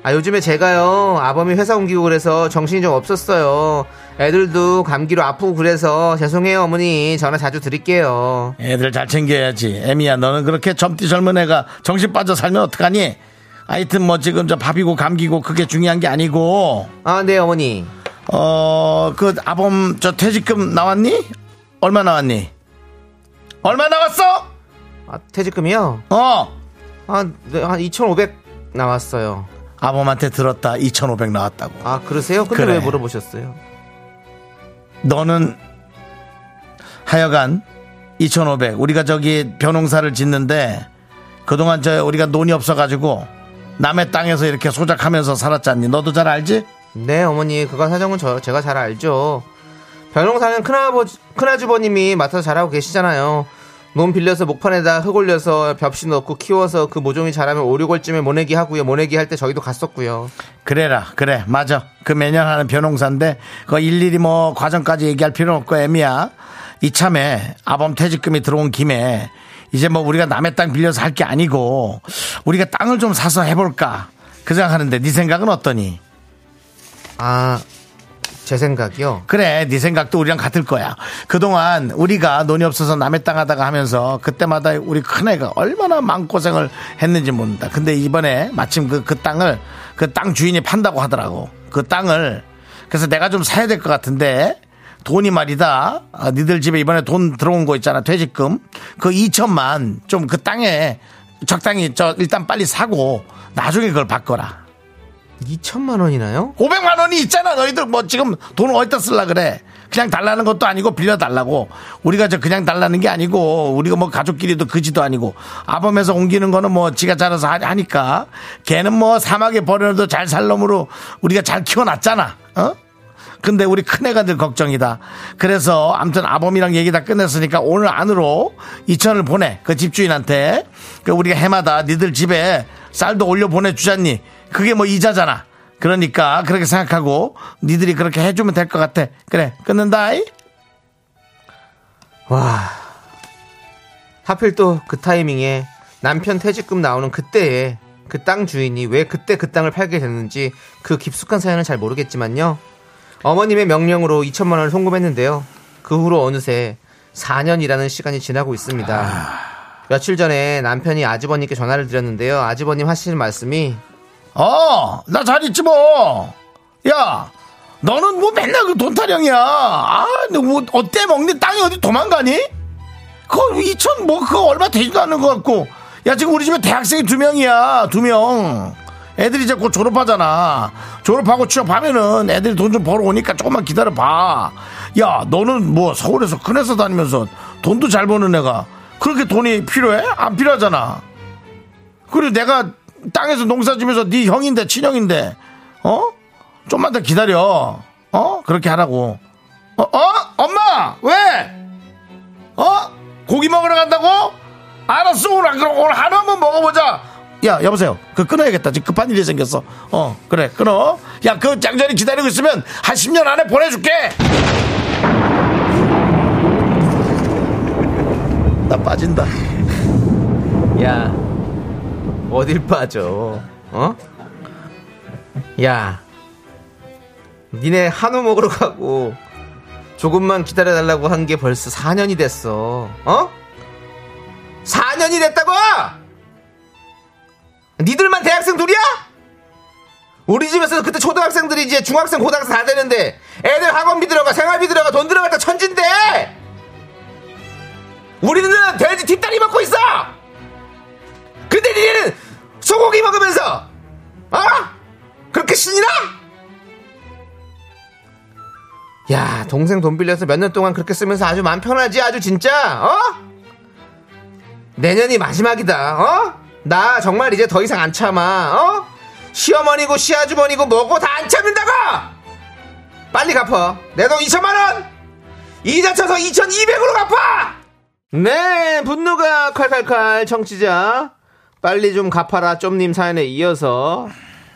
B: 아 요즘에 제가요 아범이 회사 옮기고 그래서 정신이 좀 없었어요 애들도 감기로 아프고 그래서 죄송해요 어머니 전화 자주 드릴게요
A: 애들 잘 챙겨야지 애미야 너는 그렇게 젊디 젊은 애가 정신 빠져 살면 어떡하니 하여튼 뭐 지금 저 밥이고 감기고 그게 중요한 게 아니고
B: 아 네 어머니
A: 어 그 아범 저 퇴직금 나왔니? 얼마 나왔니? 얼마 나왔어?
B: 아, 퇴직금이요?
A: 어
B: 아, 네, 한 2,500 나왔어요
A: 아범한테 들었다 2,500 나왔다고.
B: 아 그러세요? 근데
A: 그래.
B: 왜 물어보셨어요?
A: 너는 하여간 2,500 우리가 저기 변홍사를 짓는데 그동안 저 우리가 논이 없어가지고 남의 땅에서 이렇게 소작하면서 살았잖니. 너도 잘 알지?
B: 네 어머니 그건 사정은 저, 제가 잘 알죠 변호사는 큰아버지, 큰아주버님이 맡아서 잘하고 계시잖아요 논 빌려서 목판에다 흙 올려서 벽시 넣고 키워서 그 모종이 자라면 5, 6월쯤에 모내기 하고요 모내기 할 때 저희도 갔었고요
A: 그래라 그래 맞아 그 매년 하는 변홍사인데 그 일일이 뭐 과정까지 얘기할 필요는 없고 애미야 이참에 아범 퇴직금이 들어온 김에 이제 뭐 우리가 남의 땅 빌려서 할 게 아니고 우리가 땅을 좀 사서 해볼까 그 생각하는데 네 생각은 어떠니?
B: 아, 제 생각이요.
A: 그래 네 생각도 우리랑 같을 거야 그동안 우리가 논이 없어서 남의 땅 하다가 하면서 그때마다 우리 큰애가 얼마나 마음고생을 했는지 모른다 근데 이번에 마침 그, 그 땅을 그 땅 주인이 판다고 하더라고 그 땅을 그래서 내가 좀 사야 될 것 같은데 돈이 말이다 아, 니들 집에 이번에 돈 들어온 거 있잖아 퇴직금 그 2천만 좀 그 땅에 적당히 저 일단 빨리 사고 나중에 그걸 바꿔라
B: 2천만 원이나요?
A: 500만 원이 있잖아. 너희들 뭐 지금 돈 어디다 쓸라 그래. 그냥 달라는 것도 아니고 빌려 달라고. 우리가 저 그냥 달라는 게 아니고 우리가 뭐 가족끼리도 그지도 아니고 아범에서 옮기는 거는 뭐 지가 자라서 하- 하니까 걔는 뭐 사막에 버려도 잘 살 놈으로 우리가 잘 키워놨잖아. 어? 근데 우리 큰애가 늘 걱정이다. 그래서 아무튼 아범이랑 얘기 다 끝냈으니까 오늘 안으로 2천을 보내. 그 집주인한테. 그 우리가 해마다 니들 집에 쌀도 올려 보내주잖니. 그게 뭐 이자잖아. 그러니까 그렇게 생각하고 니들이 그렇게 해주면 될 것 같아. 그래 끊는다이.
B: 와. 하필 또 그 타이밍에 남편 퇴직금 나오는 그때에 그 땅 주인이 왜 그때 그 땅을 팔게 됐는지 그 깊숙한 사연은 잘 모르겠지만요. 어머님의 명령으로 2천만 원을 송금했는데요. 그 후로 어느새 4년이라는 시간이 지나고 있습니다. 며칠 전에 남편이 아주버님께 전화를 드렸는데요. 아주버님 하시는 말씀이
A: 어, 나 잘 있지 뭐. 야, 너는 뭐 맨날 그 돈타령이야. 아, 너 뭐 어때 먹니? 땅이 어디 도망가니? 그거 2천 뭐 그거 얼마 되지도 않는 것 같고. 야, 지금 우리 집에 대학생이 두 명이야. 두 명. 애들이 이제 곧 졸업하잖아. 졸업하고 취업하면은 애들이 돈 좀 벌어오니까 조금만 기다려봐. 야, 너는 뭐 서울에서 큰 회사 다니면서 돈도 잘 버는 애가 그렇게 돈이 필요해? 안 필요하잖아. 그리고 내가 땅에서 농사 지면서 네 형인데 친형인데 어 좀만 더 기다려 어 그렇게 하라고 어, 어? 엄마 왜어 고기 먹으러 간다고 알았어 오늘 안 그럼 오늘 하나만 먹어보자 야 여보세요 그 끊어야겠다 지금 급한 일이 생겼어 어 그래 끊어 야 그 장전이 기다리고 있으면 한 10년 안에 보내줄게 나 빠진다
B: 야, 어딜 빠져? 어? 야, 니네 한우 먹으러 가고 조금만 기다려달라고 한 게 벌써 4년이 됐어. 어? 4년이 됐다고? 니들만 대학생 둘이야? 우리 집에서 그때 초등학생들이 이제 중학생, 고등학생 다 되는데 애들 학원비 들어가, 생활비 들어가, 돈 들어갔다 천진데 우리는 돼지 뒷다리 먹고 있어! 근데 니네는 소고기 먹으면서 어? 그렇게 신이나? 야 동생 돈 빌려서 몇 년 동안 그렇게 쓰면서 아주 마음 편하지 아주 진짜 어? 내년이 마지막이다 어? 나 정말 이제 더 이상 안 참아 어? 시어머니고 시아주머니고 뭐고 다 안 참는다고 빨리 갚아 내 돈 2천만원 이자 쳐서 2200으로 갚아 네, 분노가 칼칼칼 청취자 빨리 좀 갚아라 쫌님 사연에 이어서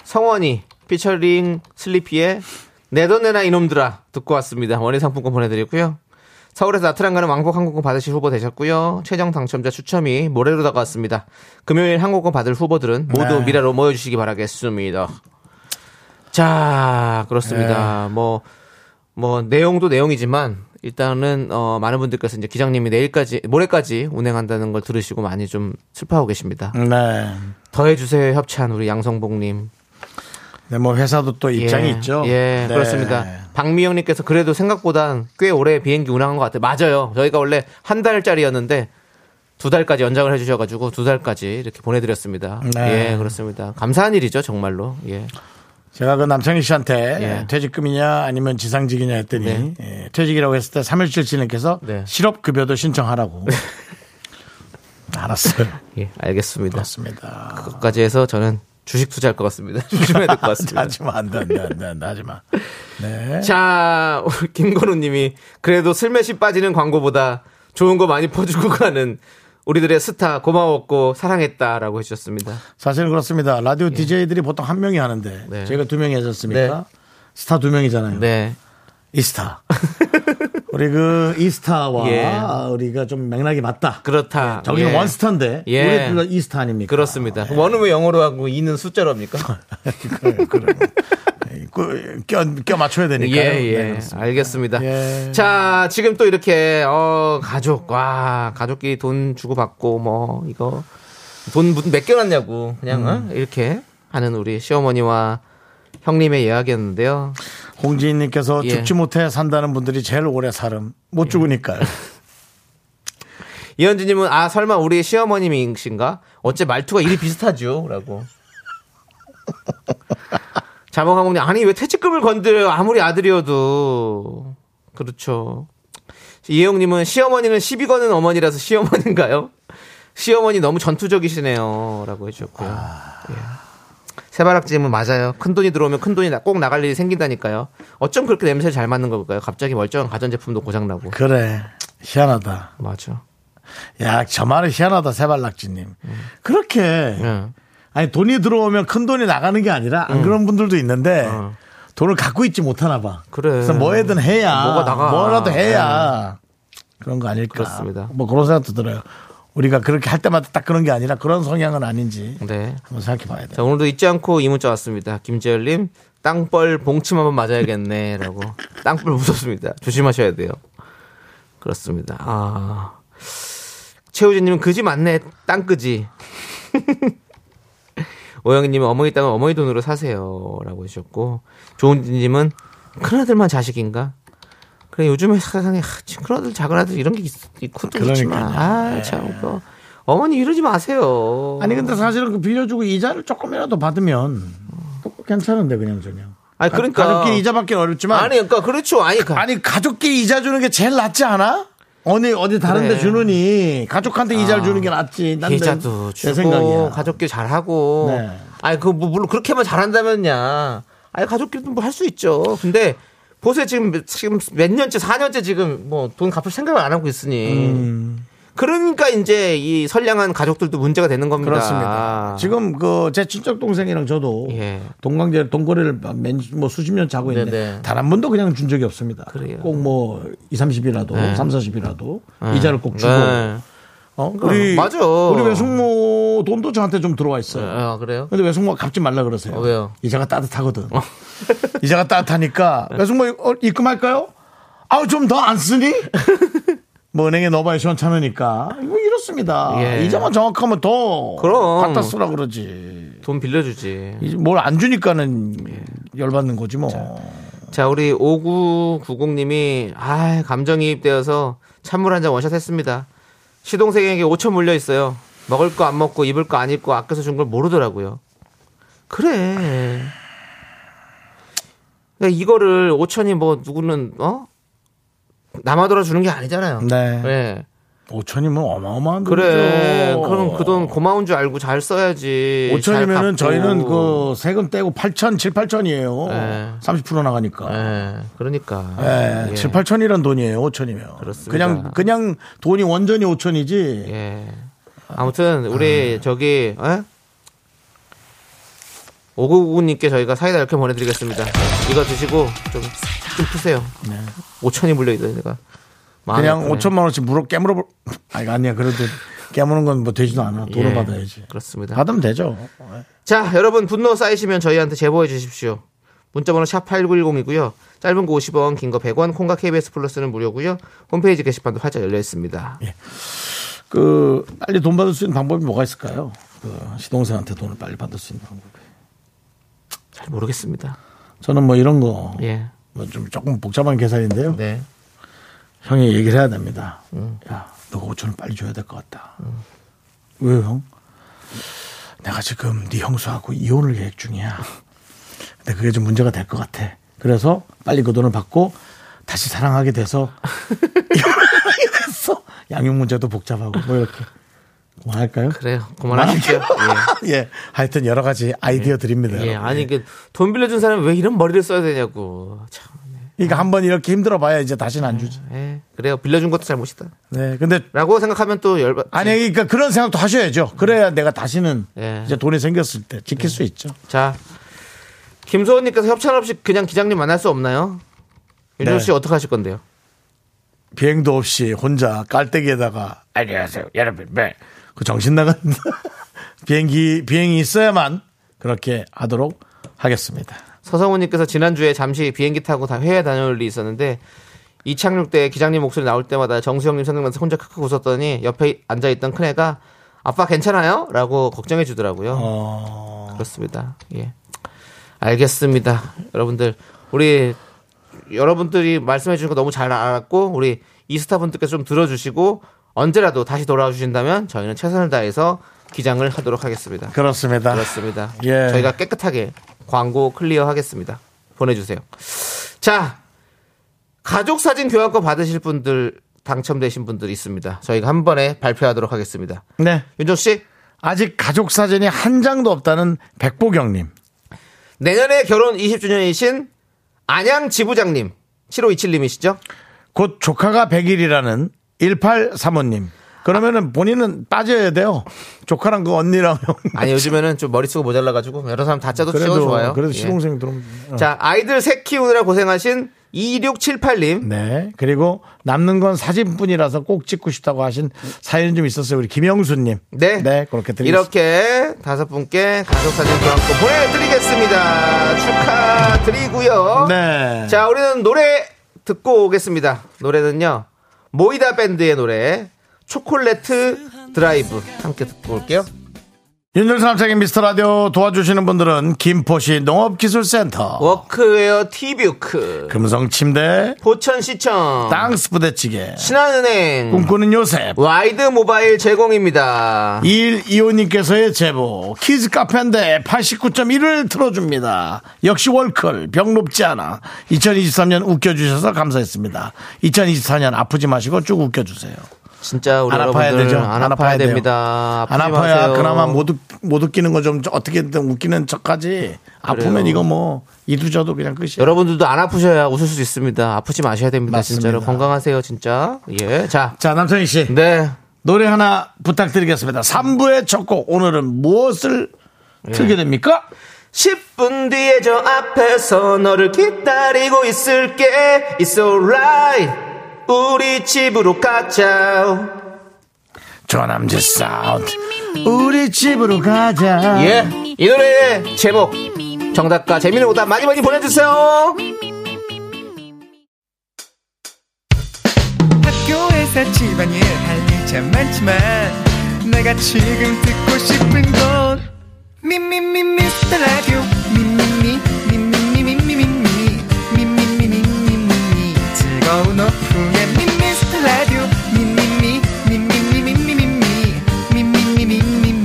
B: 성원이 피처링 슬리피의 내돈내놔 이놈들아 듣고 왔습니다. 원예 상품권 보내드리고요. 서울에서 나트랑 가는 왕복 항공권 받으실 후보 되셨고요. 최종 당첨자 추첨이 모레로 다가왔습니다. 금요일 항공권 받을 후보들은 모두
A: 네.
B: 미라로 모여주시기 바라겠습니다. 자, 그렇습니다. 뭐, 뭐, 내용도 내용이지만, 일단은, 어, 많은 분들께서 이제 기장님이 내일까지, 모레까지 운행한다는 걸 들으시고 많이 좀 슬퍼하고 계십니다.
A: 네
B: 더해주세요, 협찬, 우리 양성복님.
A: 네, 뭐 회사도 또 입장이
B: 예,
A: 있죠.
B: 예,
A: 네.
B: 그렇습니다. 박미영님께서 그래도 생각보단 꽤 오래 비행기 운항한 것 같아요. 맞아요. 저희가 원래 한 달짜리였는데, 두 달까지 연장을 해주셔가지고 두 달까지 이렇게 보내드렸습니다.
A: 네.
B: 예, 그렇습니다. 감사한 일이죠, 정말로. 예.
A: 제가 그 남창희 씨한테
B: 예.
A: 퇴직금이냐 아니면 지상직이냐 했더니
B: 네.
A: 예, 퇴직이라고 했을 때 3일칠 씨님께서
B: 네.
A: 실업급여도 신청하라고. *laughs* 알았어요.
B: 예, 알겠습니다.
A: 맞습니다.
B: 것까지 해서 저는 주식 투자할 것 같습니다. *laughs* 조심해야 될 것
A: *laughs*
B: 같습니다.
A: 하지 마, 안 돼, 안 돼, 안 돼, 안 돼, 하지 마. 네.
B: 자, 우리 김건우 님이 그래도 슬며시 빠지는 광고보다 좋은 거 많이 퍼주고 가는 우리들의 스타 고마웠고 사랑했다라고 해주셨습니다.
A: 사실은 그렇습니다. 라디오 디 DJ들이 보통 한 명이 하는데
B: 예. 네.
A: 저희가 두 명이 해줬습니까? 스타 두 명이잖아요.
B: 네.
A: 이스타. 우리 그 이스타와
B: 예.
A: 아, 우리가 좀 맥락이 맞다.
B: 그렇다.
A: 저기는
B: 예.
A: 원스타인데
B: 예.
A: 우리 둘다 예. 이스타 아닙니까?
B: 그렇습니다. 원은 왜 영어로 하고 이는 숫자로 합니까?
A: *laughs* 네, 그래,
B: *laughs*
A: 그래. 그, 껴, 껴 맞춰야 네, 되니까.
B: 예, 예. 알겠습니다.
A: 예.
B: 자, 지금 또 이렇게, 어, 가족, 와, 가족끼리 돈 주고받고, 뭐, 이거, 돈 무슨 맡겨놨냐고, 그냥,
A: 음.
B: 어? 이렇게 하는 우리 시어머니와 형님의 이야기였는데요.
A: 홍지인님께서
B: 예.
A: 죽지 못해 산다는 분들이 제일 오래 살음. 못
B: *laughs*
A: 죽으니까요.
B: 이현진님은, 아, 설마 우리 시어머님이신가? 어째 말투가 이리 비슷하죠? 라고. 자몽하몽님 아니 왜 퇴직금을 건드려요 아무리 아들이어도 그렇죠 이혜영님은 시어머니는 시비 거는 어머니라서 시어머니인가요? 시어머니 너무 전투적이시네요 라고 해주셨고요 예. 세바락찜은 맞아요 큰돈이 들어오면 큰돈이 나- 꼭 나갈 일이 생긴다니까요 어쩜 그렇게 냄새를 잘 맡는 걸까요? 갑자기 멀쩡한 가전제품도 고장나고
A: 그래. 희한하다.
B: 맞아
A: 야, 저 말은 희한하다, 세발낙지님.
B: 음.
A: 그렇게.
B: 예.
A: 아니, 돈이 들어오면 큰 돈이 나가는 게 아니라 안 그런 분들도 있는데 돈을 갖고 있지 못하나 봐.
B: 어. 그래.
A: 래서 뭐해든 해야.
B: 뭐가 나가.
A: 라도 해야. 그런 거 아닐까.
B: 그렇습니다.
A: 뭐 그런 생각도 들어요. 우리가 그렇게 할 때마다 딱 그런 게 아니라 그런 성향은 아닌지
B: 네
A: 한번 생각해 봐야 돼.
B: 자, 오늘도 잊지 않고 이 문자 왔습니다. 김재열님, 땅벌 봉침 한번 맞아야겠네. 라고. 땅벌 무섭습니다. 조심하셔야 돼요. 그렇습니다. 아. 최우진님은 그지 맞네. 땅끄지. *laughs* 오영희님은 어머니 땅은 어머니 돈으로 사세요. 라고 해주셨고. 조은진님은 큰아들만 자식인가? 그래, 요즘에 세상에, 하, 참 큰아들, 작은아들 이런 게 있, 있고 또 있지만. 아, 참. 그거. 어머니 이러지 마세요.
A: 네. 아니 근데 사실은 그 빌려주고 이자를 조금이라도 받으면 또 괜찮은데 그냥 전혀.
B: 아니, 그러니까.
A: 가족끼리 이자 받기 어렵지만
B: 아니, 그러니까 그렇죠. 아니, 그
A: 아니 가족끼리 이자 주는 게 제일 낫지 않아? 어디 어디 다른데
B: 그래. 아,
A: 주느니 가족한테 이자를 주는 게 낫지. 난내
B: 계좌도
A: 내 생각이야.
B: 주고 가족끼리 잘하고.
A: 네.
B: 아니 그 뭐 물론 그렇게만 잘한다면야. 아니 가족끼리도 뭐 할 수 있죠. 근데 보세요 지금 지금 몇 년째 4년째 지금 뭐 돈 갚을 생각을 안 하고 있으니.
A: 음.
B: 그러니까 이제 이 선량한 가족들도 문제가 되는 겁니다.
A: 그렇습니다. 지금 그 제 친척 동생이랑 저도
B: 아. 예.
A: 동강제 동거리를 맨뭐 수십 년 자고 있는데
B: 네네.
A: 단 한 번도 그냥 준 적이 없습니다.
B: 그래요.
A: 꼭 뭐 2, 30이라도
B: 네.
A: 3, 40이라도 이자를 꼭 주고
B: 네.
A: 어? 우리
B: 맞아.
A: 우리 외숙모 돈도 저한테 좀 들어와 있어요.
B: 아, 그래요?
A: 근데 외숙모가 갚지 말라 그러세요.
B: 어, 왜요? 어.
A: 이자가 따뜻하거든. *laughs* 이자가 따뜻하니까
B: 네.
A: 외숙모 이- 어, 입금할까요? 아우 좀 더 안 쓰니? 뭐 은행에 넣어봐야 시원찮으니까 뭐 이렇습니다.
B: 예.
A: 이자만 정확하면 더
B: 그럼.
A: 갖다 쓰라 그러지.
B: 돈 빌려주지.
A: 뭘 안 주니까는 열받는 거지 뭐.
B: 자, 우리 5990님이, 아 감정이입되어서 찬물 한 잔 원샷 했습니다. 시동생에게 5천 물려 있어요. 먹을 거 안 먹고, 입을 거 안 입고, 아껴서 준 걸 모르더라고요. 그래. 그러니까 이거를 5천이 뭐, 누구는, 어? 남아 돌아주는 게 아니잖아요.
A: 네.
B: 예.
A: 5천이면 어마어마한 돈이죠.
B: 그래. 그럼 그 돈 고마운 줄 알고 잘 써야지.
A: 5천이면은
B: 잘 갚고.
A: 저희는 그 세금 떼고 8천, 7, 8천이에요.
B: 네.
A: 30% 나가니까.
B: 예. 그러니까.
A: 예,
B: 예.
A: 7, 8천이란 돈이에요. 5천이면.
B: 그렇습니다.
A: 그냥 그냥 돈이 원전이 5천이지.
B: 예. 아무튼
A: 네.
B: 우리 저기 어? 오구구님께 저희가 사이다 이렇게 보내드리겠습니다. 이거 드시고 좀, 좀 푸세요. 5천이 물려있어요, 내가. 마음이
A: 네. 그냥
B: 아프네.
A: 5천만 원씩 물어 깨물어 볼. *laughs* 아니 아니야. 그래도 깨무는 건 뭐 되지도 않아. 돈을
B: 예,
A: 받아야지.
B: 그렇습니다.
A: 받으면 되죠.
B: 자, 여러분 분노 쌓이시면 저희한테 제보해 주십시오. 문자번호 샵 8910이고요. 짧은 거 50원, 긴 거 100원, 콩과 KBS 플러스는 무료고요. 홈페이지 게시판도 활짝 열려 있습니다.
A: 그 빨리 돈 받을 수 있는 방법이 뭐가 있을까요? 그 시동생한테 돈을 빨리 받을 수 있는 방법이.
B: 잘 모르겠습니다.
A: 저는 뭐 이런 거.
B: 예.
A: 뭐 좀 조금 복잡한 계산인데요.
B: 네.
A: 형이 얘기를 해야 됩니다. 야, 너가 5천 원 빨리 줘야 될 것 같다. 왜요, 형? 내가 지금 네 형수하고 이혼을 계획 중이야. 근데 그게 좀 문제가 될 것 같아. 그래서 빨리 그 돈을 받고 다시 사랑하게 돼서 *laughs* 이혼하게 됐어. 양육 문제도 복잡하고 뭐 이렇게 그만할까요?
B: 그래요. 그만하십시오.
A: *laughs*
B: 예.
A: 예, 하여튼 여러 가지 아이디어 드립니다.
B: 예,
A: 여러분.
B: 아니 그 돈 빌려준 사람이 왜 이런 머리를 써야 되냐고. 참. 네.
A: 그러니까 한번 이렇게 힘들어봐야 이제 다시는 안 주지.
B: 예, 그래요. 빌려준 것도 잘못이다.라고
A: 네, 근데
B: 생각하면 또 열받.
A: 아니, 그러니까 그런 생각도 하셔야죠. 그래야 내가 다시는
B: 예.
A: 이제 돈이 생겼을 때 지킬 수 있죠.
B: 자, 김소원님께서 협찬 없이 그냥 기장님 만날 수 없나요? 윤정 씨
A: 네.
B: 어떻게 하실 건데요?
A: 비행도 없이 혼자 깔때기에다가 안녕하세요, 여러분. 네. 그 정신 나간 *laughs* 비행기 비행이 있어야만 그렇게 하도록 하겠습니다.
B: 서성훈님께서 지난주에 잠시 비행기 타고 다 회에 다녀올 일이 있었는데 이착륙 때 기장님 목소리 나올 때마다 정수영님 생각나서 혼자 크크 웃었더니 옆에 앉아있던 큰애가 아빠 괜찮아요? 라고 걱정해 주더라고요.
A: 어.
B: 그렇습니다. 예. 알겠습니다. 여러분들, 우리 여러분들이 말씀해 주신 거 너무 잘 알았고 우리 이스타 분들께서 좀 들어주시고 언제라도 다시 돌아와 주신다면 저희는 최선을 다해서 기장을 하도록 하겠습니다.
A: 그렇습니다.
B: 그렇습니다.
A: 예.
B: 저희가 깨끗하게 광고 클리어 하겠습니다. 보내주세요. 자, 가족 사진 교환권 받으실 분들 당첨되신 분들 있습니다. 저희가 한 번에 발표하도록 하겠습니다.
A: 네.
B: 윤종 씨,
A: 아직 가족 사진이 한 장도 없다는 백보경님.
B: 내년에 결혼 20주년이신 안양 지부장님, 7527님이시죠?
A: 곧 조카가 100일이라는 183호님. 그러면은 본인은 빠져야 돼요. 조카랑 *laughs* 그 언니랑 형.
B: 아니 요즘에는 좀 머리 쓰고 모자라가지고 여러 사람 다 짜도 치고
A: 그래도
B: 좋아요.
A: 그래도
B: 예.
A: 시동생 들어오면. 어.
B: 자, 아이들 새 키우느라 고생하신 2678님.
A: 네. 그리고 남는 건 사진뿐이라서 꼭 찍고 싶다고 하신 사연이 좀 있었어요. 우리 김영수님.
B: 네.
A: 네. 그렇게 드리겠습니다.
B: 이렇게 다섯 분께 가족사진 교환권 보내드리겠습니다. 축하드리고요.
A: 네.
B: 자, 우리는 노래 듣고 오겠습니다. 노래는요. 모이다 밴드의 노래 초콜릿 드라이브 함께 듣고 올게요.
A: 윤정수 남창의 미스터 라디오 도와주시는 분들은 김포시 농업기술센터.
B: 워크웨어 티뷰크
A: 금성 침대.
B: 포천시청
A: 땅스 부대찌개.
B: 신한은행
A: 꿈꾸는 요셉.
B: 와이드 모바일 제공입니다.
A: 2125님께서의 제보. 키즈 카페인데 89.1을 틀어줍니다. 역시 월클. 병 높지 않아. 2023년 웃겨주셔서 감사했습니다. 2024년 아프지 마시고 쭉 웃겨주세요.
B: 진짜 우리
A: 안 아파야
B: 여러분들
A: 되죠.
B: 안 아파야
A: 돼요.
B: 됩니다.
A: 안
B: 아프지
A: 아파야
B: 마세요.
A: 그나마 못, 웃- 못 웃기는 거 좀 어떻게든 웃기는 척하지. 아프면
B: 그래요.
A: 이거 뭐 이두저도 그냥 끝이에요.
B: 여러분들도 안 아프셔야 웃을 수 있습니다. 아프지 마셔야 됩니다.
A: 맞습니다.
B: 진짜로 건강하세요, 진짜. 예, 자,
A: 자, 남성희 씨.
B: 네,
A: 노래 하나 부탁드리겠습니다. 3부의 첫 곡. 오늘은 무엇을
B: 예.
A: 틀게 됩니까?
B: 10분 뒤에 저 앞에서 너를 기다리고 있을게. It's alright. 우리 집으로 가자.
A: 조남지 사운드. 우리 집으로 가자.
B: 예, 이 노래의 제목 정답과 재미있는 오답 많이 많이 보내주세요.
F: 학교에서 집안일 할 일 참 많지만 내가 지금 듣고 싶은 건 미미미 미스터 라디오 미미미 미미미 미미미 미미미 미미미 즐거운 오후에 미스터 라디오 미미미 미미미 미미미 미미미 미미미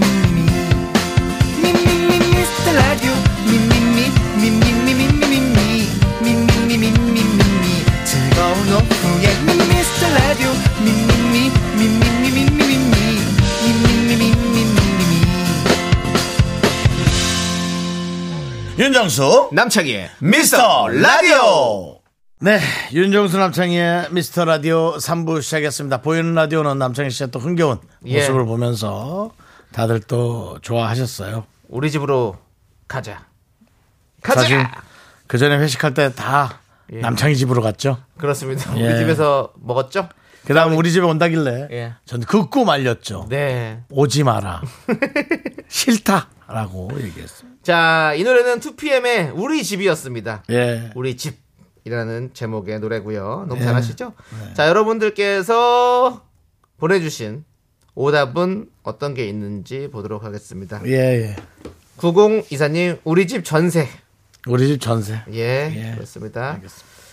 A: 윤정수.
B: 남창희의
A: 미스터 라디오. 네, 윤정수 남창희의 미스터 라디오 3부 시작했습니다. 보이는 라디오는 남창희 씨의 또 흥겨운
B: 예.
A: 모습을 보면서 다들 또 좋아하셨어요.
B: 우리 집으로 가자. 가자.
A: 사실 그 전에 회식할 때 다
B: 예.
A: 남창희 집으로 갔죠.
B: 그렇습니다.
A: 예.
B: 우리 집에서 먹었죠?
A: 그다음 우리 집에 온다길래
B: 예.
A: 전 긋고 말렸죠.
B: 네.
A: 오지
B: *laughs*
A: 마라. 싫다라고 얘기했어요.
B: 자, 이 노래는 2PM의 우리 집이었습니다.
A: 예.
B: 우리 집이라는 제목의 노래고요. 너무 잘하시죠?
A: 네.
B: 자, 여러분들께서 보내주신 오답은 어떤 게 있는지 보도록 하겠습니다.
A: 예, 예.
B: 90 이사님, 우리 집 전세.
A: 우리 집 전세.
B: 예,
A: 예.
B: 그렇습니다.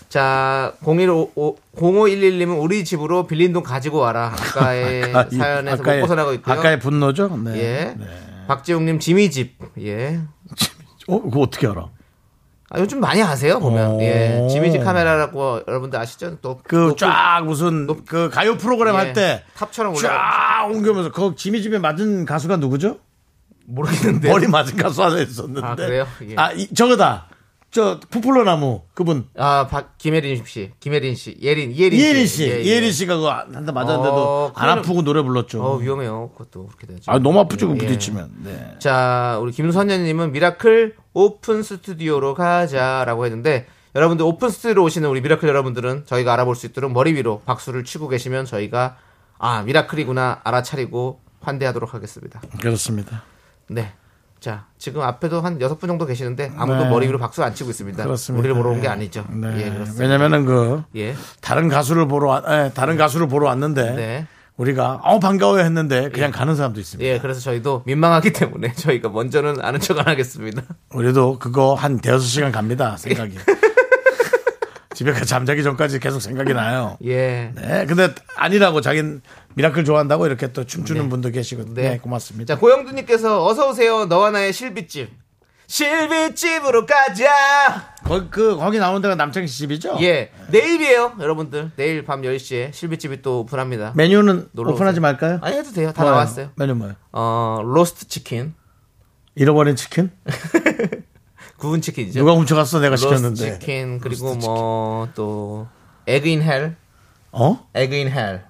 B: 자, 015, 0511님은 우리 집으로 빌린 돈 가지고 와라. 아까의
A: *laughs* 아까 이-
B: 예, 사연에서
A: 아까의-
B: 못 벗어나고 있고요.
A: 아까의 분노죠? 네.
B: 예. 박지웅님, 지미 집. 예.
A: 어, 그거 어떻게 알아?
B: 아, 요즘 많이 아세요, 보면.
A: 오.
B: 예. 지미지 카메라라고 여러분들 아시죠? 또.
A: 그 쫙 무슨 그 가요 프로그램
B: 어, 예,
A: 할 때
B: 탑처럼
A: 쫙 옮겨면서 그 지미 집에 맞은 가수가 누구죠?
B: 모르겠는데.
A: 머리 맞은 가수 하나 있었는데.
B: 네. 아, 그래요? 예.
A: 아, 이- 저거다. 저 포플러 나무 그분
B: 아, 박, 김혜린 씨. 김혜린 씨. 예린, 예린
A: 이혜린 씨,
B: 예, 예.
A: 이혜린 씨가 그거 한 대 맞았는데도
B: 어,
A: 안
B: 그거는-
A: 아프고 노래 불렀죠.
B: 어, 위험해요. 그것도 그렇게 되죠.
A: 아 너무 아프죠 그
B: 예.
A: 부딪히면. 네.
B: 자, 우리 김선녀님은 미라클 오픈 스튜디오로 가자라고 했는데, 여러분들 오픈 스튜디오로 오시는 우리 미라클 여러분들은 저희가 알아볼 수 있도록 머리 위로 박수를 치고 계시면 저희가, 아, 미라클이구나 알아차리고 환대하도록 하겠습니다.
A: 그렇습니다.
B: 네. 자, 지금 앞에도 한 여섯 분 정도 계시는데 아무도
A: 네.
B: 머리 위로 박수 안 치고 있습니다.
A: 그렇습니다.
B: 우리를 보러 온 게
A: 예.
B: 아니죠.
A: 네.
B: 예, 그렇습니다.
A: 왜냐면은 그
B: 예.
A: 다른 가수를 보러 왔, 예, 다른 가수를 보러 왔는데
B: 네.
A: 우리가 어 반가워요 했는데 그냥 가는 사람도 있습니다.
B: 예, 그래서 저희도 민망하기 *laughs* 때문에 저희가 먼저는 아는 척 안 하겠습니다.
A: 우리도 그거 한 대여섯 시간 갑니다
B: *laughs*
A: 생각이. 집에 가 잠자기 전까지 계속 생각이 나요.
B: 예.
A: 네, 근데 아니라고 자긴 미라클 좋아한다고 이렇게 또 춤추는 분도 계시거든요.
B: 네.
A: 네, 고맙습니다.
B: 자, 고영두님께서 어서오세요. 너와 나의 실비집. 실비집으로 가자.
A: 거기, 그, 거기 나온 데가 남창희 씨 집이죠?
B: 예, 내일이에요, 여러분들. 내일 밤 10시에 실비집이 또 오픈합니다.
A: 메뉴는
B: 놀러
A: 오픈하지
B: 오세요.
A: 말까요?
B: 아니 해도 돼요. 다
A: 뭐예요?
B: 나왔어요.
A: 메뉴 뭐요?
B: 어, 로스트 치킨,
A: 잃어버린 치킨?
B: 구운 치킨이죠.
A: 누가 훔쳐갔어? 내가
B: 로스트
A: 시켰는데.
B: 치킨 그리고 뭐 또 에그 인 헬,
A: 어?
B: 에그 인 헬.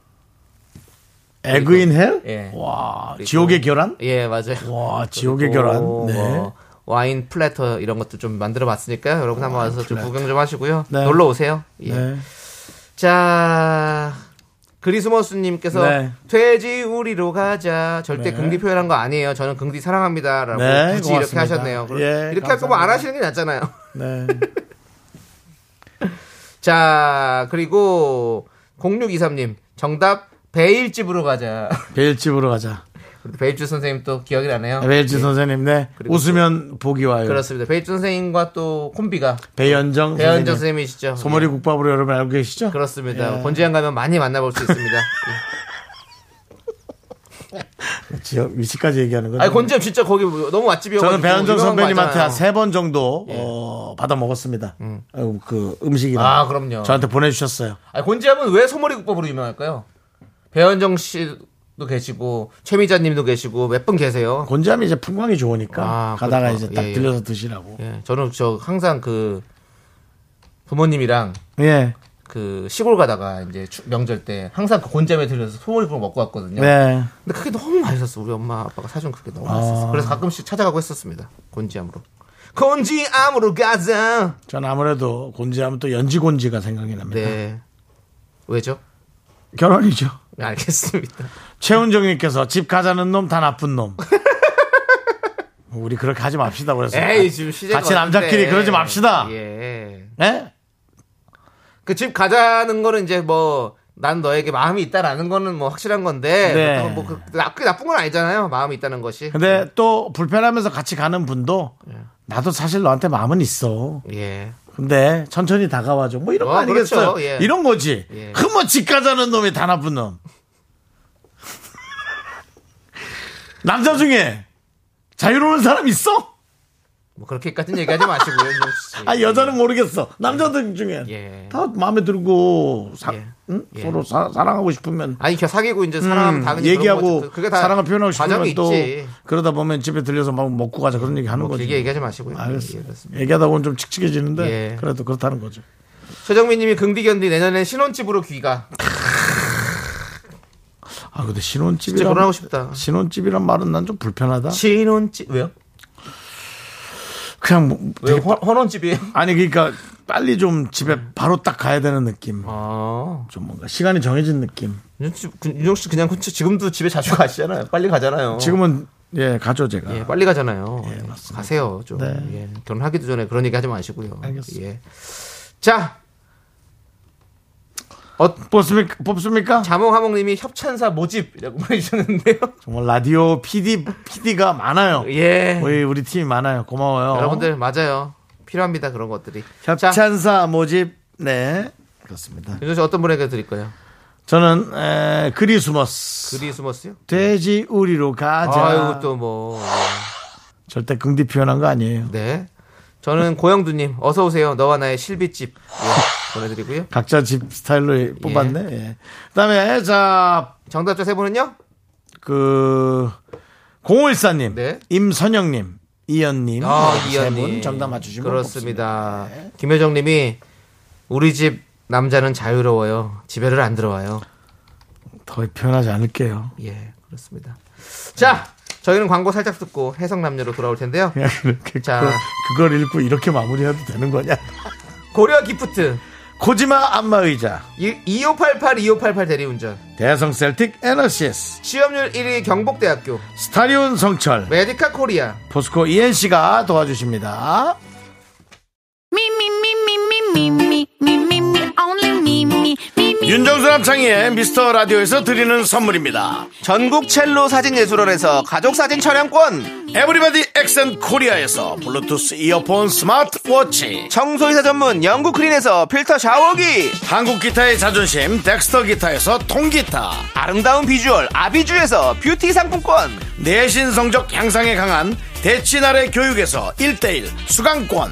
A: 에그인 헬?
B: 예.
A: 와,
B: 그리고-
A: 지옥의 결혼?
B: 예, 맞아요.
A: 와, 지옥의 결혼.
B: 뭐
A: 네.
B: 와인 플래터 이런 것도 좀 만들어 봤으니까 여러분 한번 와서 좀
A: 플래터.
B: 구경 좀 하시고요.
A: 네.
B: 놀러 오세요. 예.
A: 네.
B: 자, 그리스머스님께서
A: 네.
B: 돼지 우리로 가자. 절대
A: 네.
B: 긍디 표현한 거 아니에요. 저는 긍디 사랑합니다라고
A: 네,
B: 굳이 이렇게
A: 고맙습니다.
B: 하셨네요. 그럼
A: 예,
B: 이렇게 할 거면
A: 감사합니다.
B: 안 하시는 게 낫잖아요. *laughs*
A: 네.
B: 자, 그리고 0623님 정답 베일집으로 가자. *laughs*
A: 베일집으로 가자.
B: 우리 베일주 선생님 또 기억이 나네요.
A: 베일집 선생님, 네.
B: 아, 예. 그리고
A: 웃으면 복이 와요.
B: 그렇습니다. 베일주 선생님과 또 콤비가
A: 배현정.
B: 배현정
A: 네, 선생님.
B: 선생님이시죠.
A: 소머리
B: 예,
A: 국밥으로 여러분 알고 계시죠?
B: 그렇습니다.
A: 예.
B: 본지양 가면 많이 만나볼
A: *laughs*
B: 수 있습니다.
A: 지역 위치까지 얘기하는 거죠.
B: 아, 곤지엄 진짜 거기 너무 맛집이어서
A: 저는 배현정 선배님한테 한 세 번 정도
B: 예.
A: 어, 받아 먹었잖아요. 받아먹었습니다. 어, 그 음식이랑
B: 음. 아, 그럼요.
A: 저한테 보내주셨어요.
B: 아, 곤지암은 왜 소머리국밥으로 유명할까요? 배현정 씨도 계시고 최미자님도 계시고 몇 분 계세요.
A: 곤지암이 이제 풍광이 좋으니까
B: 아,
A: 가다가
B: 그렇죠.
A: 이제 딱
B: 예, 예.
A: 들려서 드시라고.
B: 예, 저는 저 항상 그 부모님이랑
A: 예.
B: 그 시골 가다가 이제 추- 명절 때 항상 그 곤지암에 들려서 소머리국밥 먹고 왔거든요.
A: 네.
B: 근데 그게 너무 맛있었어. 우리 엄마 아빠가 사준 그게 너무 맛있었어. 그래서 가끔씩 찾아가고 했었습니다. 곤지암으로. 곤지암으로 가자.
A: 전 아무래도 곤지하면 또 연지곤지가 생각이 납니다.
B: 네. 왜죠? 네.
A: 결혼이죠.
B: 알겠습니다.
A: 최은정님께서 집 가자는 놈 다 나쁜 놈. *laughs* 우리 그렇게 하지 맙시다. 그래서
B: 에이 지금 시작.
A: 아, 같이 남자끼리 그러지 맙시다.
B: 예.
A: 예?
B: 그 집 가자는 거는 이제 뭐. 난 너에게 마음이 있다라는 거는 뭐 확실한 건데
A: 네.
B: 그렇다고 뭐 그, 나- 그게 나쁜 건 아니잖아요 마음이 있다는 것이
A: 근데 또 불편하면서 같이 가는 분도 나도 사실 너한테 마음은 있어.
B: 예
A: 근데 천천히 다가와줘. 뭐 이런 거
B: 어,
A: 아니겠어요?
B: 그렇죠. 예.
A: 이런 거지.
B: 예.
A: 흐뭇 집 가자는 놈이 다 나쁜
B: *laughs*
A: 놈. 남자 중에 자유로운 사람 있어?
B: 뭐 그렇게까지는 얘기하지 마시고요 윤정 씨.
A: *laughs* 아 여자는 모르겠어. 남자들 중에
B: 예.
A: 다 마음에 들고 사,
B: 예.
A: 응?
B: 예.
A: 서로 사, 랑하고 싶으면
B: 아니 걔 사귀고 이제 사람 당연히 그런
A: 음, 얘기하고
B: 거죠. 그게 다
A: 사랑을 표현하고
B: 과정이
A: 싶으면 또
B: 있지.
A: 그러다 보면 집에 들려서 막 먹고 가자 그런 얘기 하는
B: 뭐
A: 거지.
B: 길게 얘기하지 마시고요.
A: 알겠어.
B: 예, 그렇습니다.
A: 얘기하다 보면 좀 칙칙해지는데
B: 예.
A: 그래도 그렇다는 거죠.
B: 최정민님이 긍디견디 내년에 신혼집으로 귀가
A: 아 근데
B: 진짜
A: 신혼집이란
B: 결혼하고 싶다.
A: 신혼집이란 말은 난 좀 불편하다.
B: 신혼집 왜요?
A: 그냥 뭐
B: 왜
A: 되게
B: 혼- 혼혼집이에요?
A: 아니 그러니까 빨리 좀 집에 바로 딱 가야 되는 느낌.
B: 아
A: 좀 뭔가 시간이 정해진 느낌.
B: 윤정 씨 그냥 혼자 지금도 집에 자주 가시잖아요. 빨리 가잖아요.
A: 지금은 예 가죠 제가.
B: 예, 빨리 가잖아요. 예,
A: 맞습니다.
B: 가세요 좀.
A: 네.
B: 예, 결혼하기도 전에 그런 얘기 하지 마시고요.
A: 알겠습니다.
B: 예. 자
A: 뽑습니까? 뽑습니까?
B: 자몽하몽님이 협찬사 모집이라고 *laughs* 보내주셨는데요.
A: 정말 라디오 PD PD가 많아요.
B: 예.
A: 우리 우리 팀이 많아요. 고마워요.
B: 여러분들 맞아요. 필요합니다 그런 것들이. 자
A: 협찬사 모집 네 그렇습니다.
B: 윤정 씨 어떤 분에게 드릴 거예요?
A: 저는 에, 그리스머스
B: 그리스머스요?
A: 돼지 우리로 가자.
B: 아유 또뭐
A: 절대 긍디 표현한 거 아니에요.
B: 네. 저는 고영두님 어서 오세요. 너와 나의 실비집 예, 보내드리고요.
A: 각자 집 스타일로 뽑았네. 예. 그다음에 자
B: 정답자 세 분은요?
A: 그 014님,
B: 네.
A: 임선영님, 이연님,
B: 아,
A: 음. 네, 세
B: 이현님.
A: 분 정답 맞추시면 네.
B: 그렇습니다. 김효정님이 우리 집 남자는 자유로워요. 집에를 안 들어와요.
A: 뽑습니다. 더 표현하지 않을게요. *laughs*
B: 예, 그렇습니다. 자, 저희는 광고 살짝 듣고 해성 남녀로 돌아올 텐데요.
A: 그냥 이렇게
B: 자.
A: 그걸, 그걸 읽고 이렇게 마무리해도 되는 거냐?
B: 고려 기프트
A: 코지마 안마의자,
B: 2588 2588 대리운전
A: 대성 셀틱 에너시스,
B: 취업률 1위 경북대학교
A: 스타리온 성철,
B: 메디카 코리아
A: 포스코 ENC가 도와주십니다.
E: Me, me, me, me, me, me, me, me, me, me, only me, me, me, me.
A: 윤정수 남창희의 미스터 라디오에서 드리는 선물입니다.
B: 전국 첼로 사진예술원에서 가족사진 촬영권
A: 에브리바디 엑센 코리아에서 블루투스 이어폰 스마트워치,
B: 청소이사 전문 영국크린에서 필터 샤워기
A: 한국 기타의 자존심, 덱스터 기타에서 통기타,
B: 아름다운 비주얼 아비주에서 뷰티 상품권
A: 내신 성적 향상에 강한 대치나래 교육에서 1대1 수강권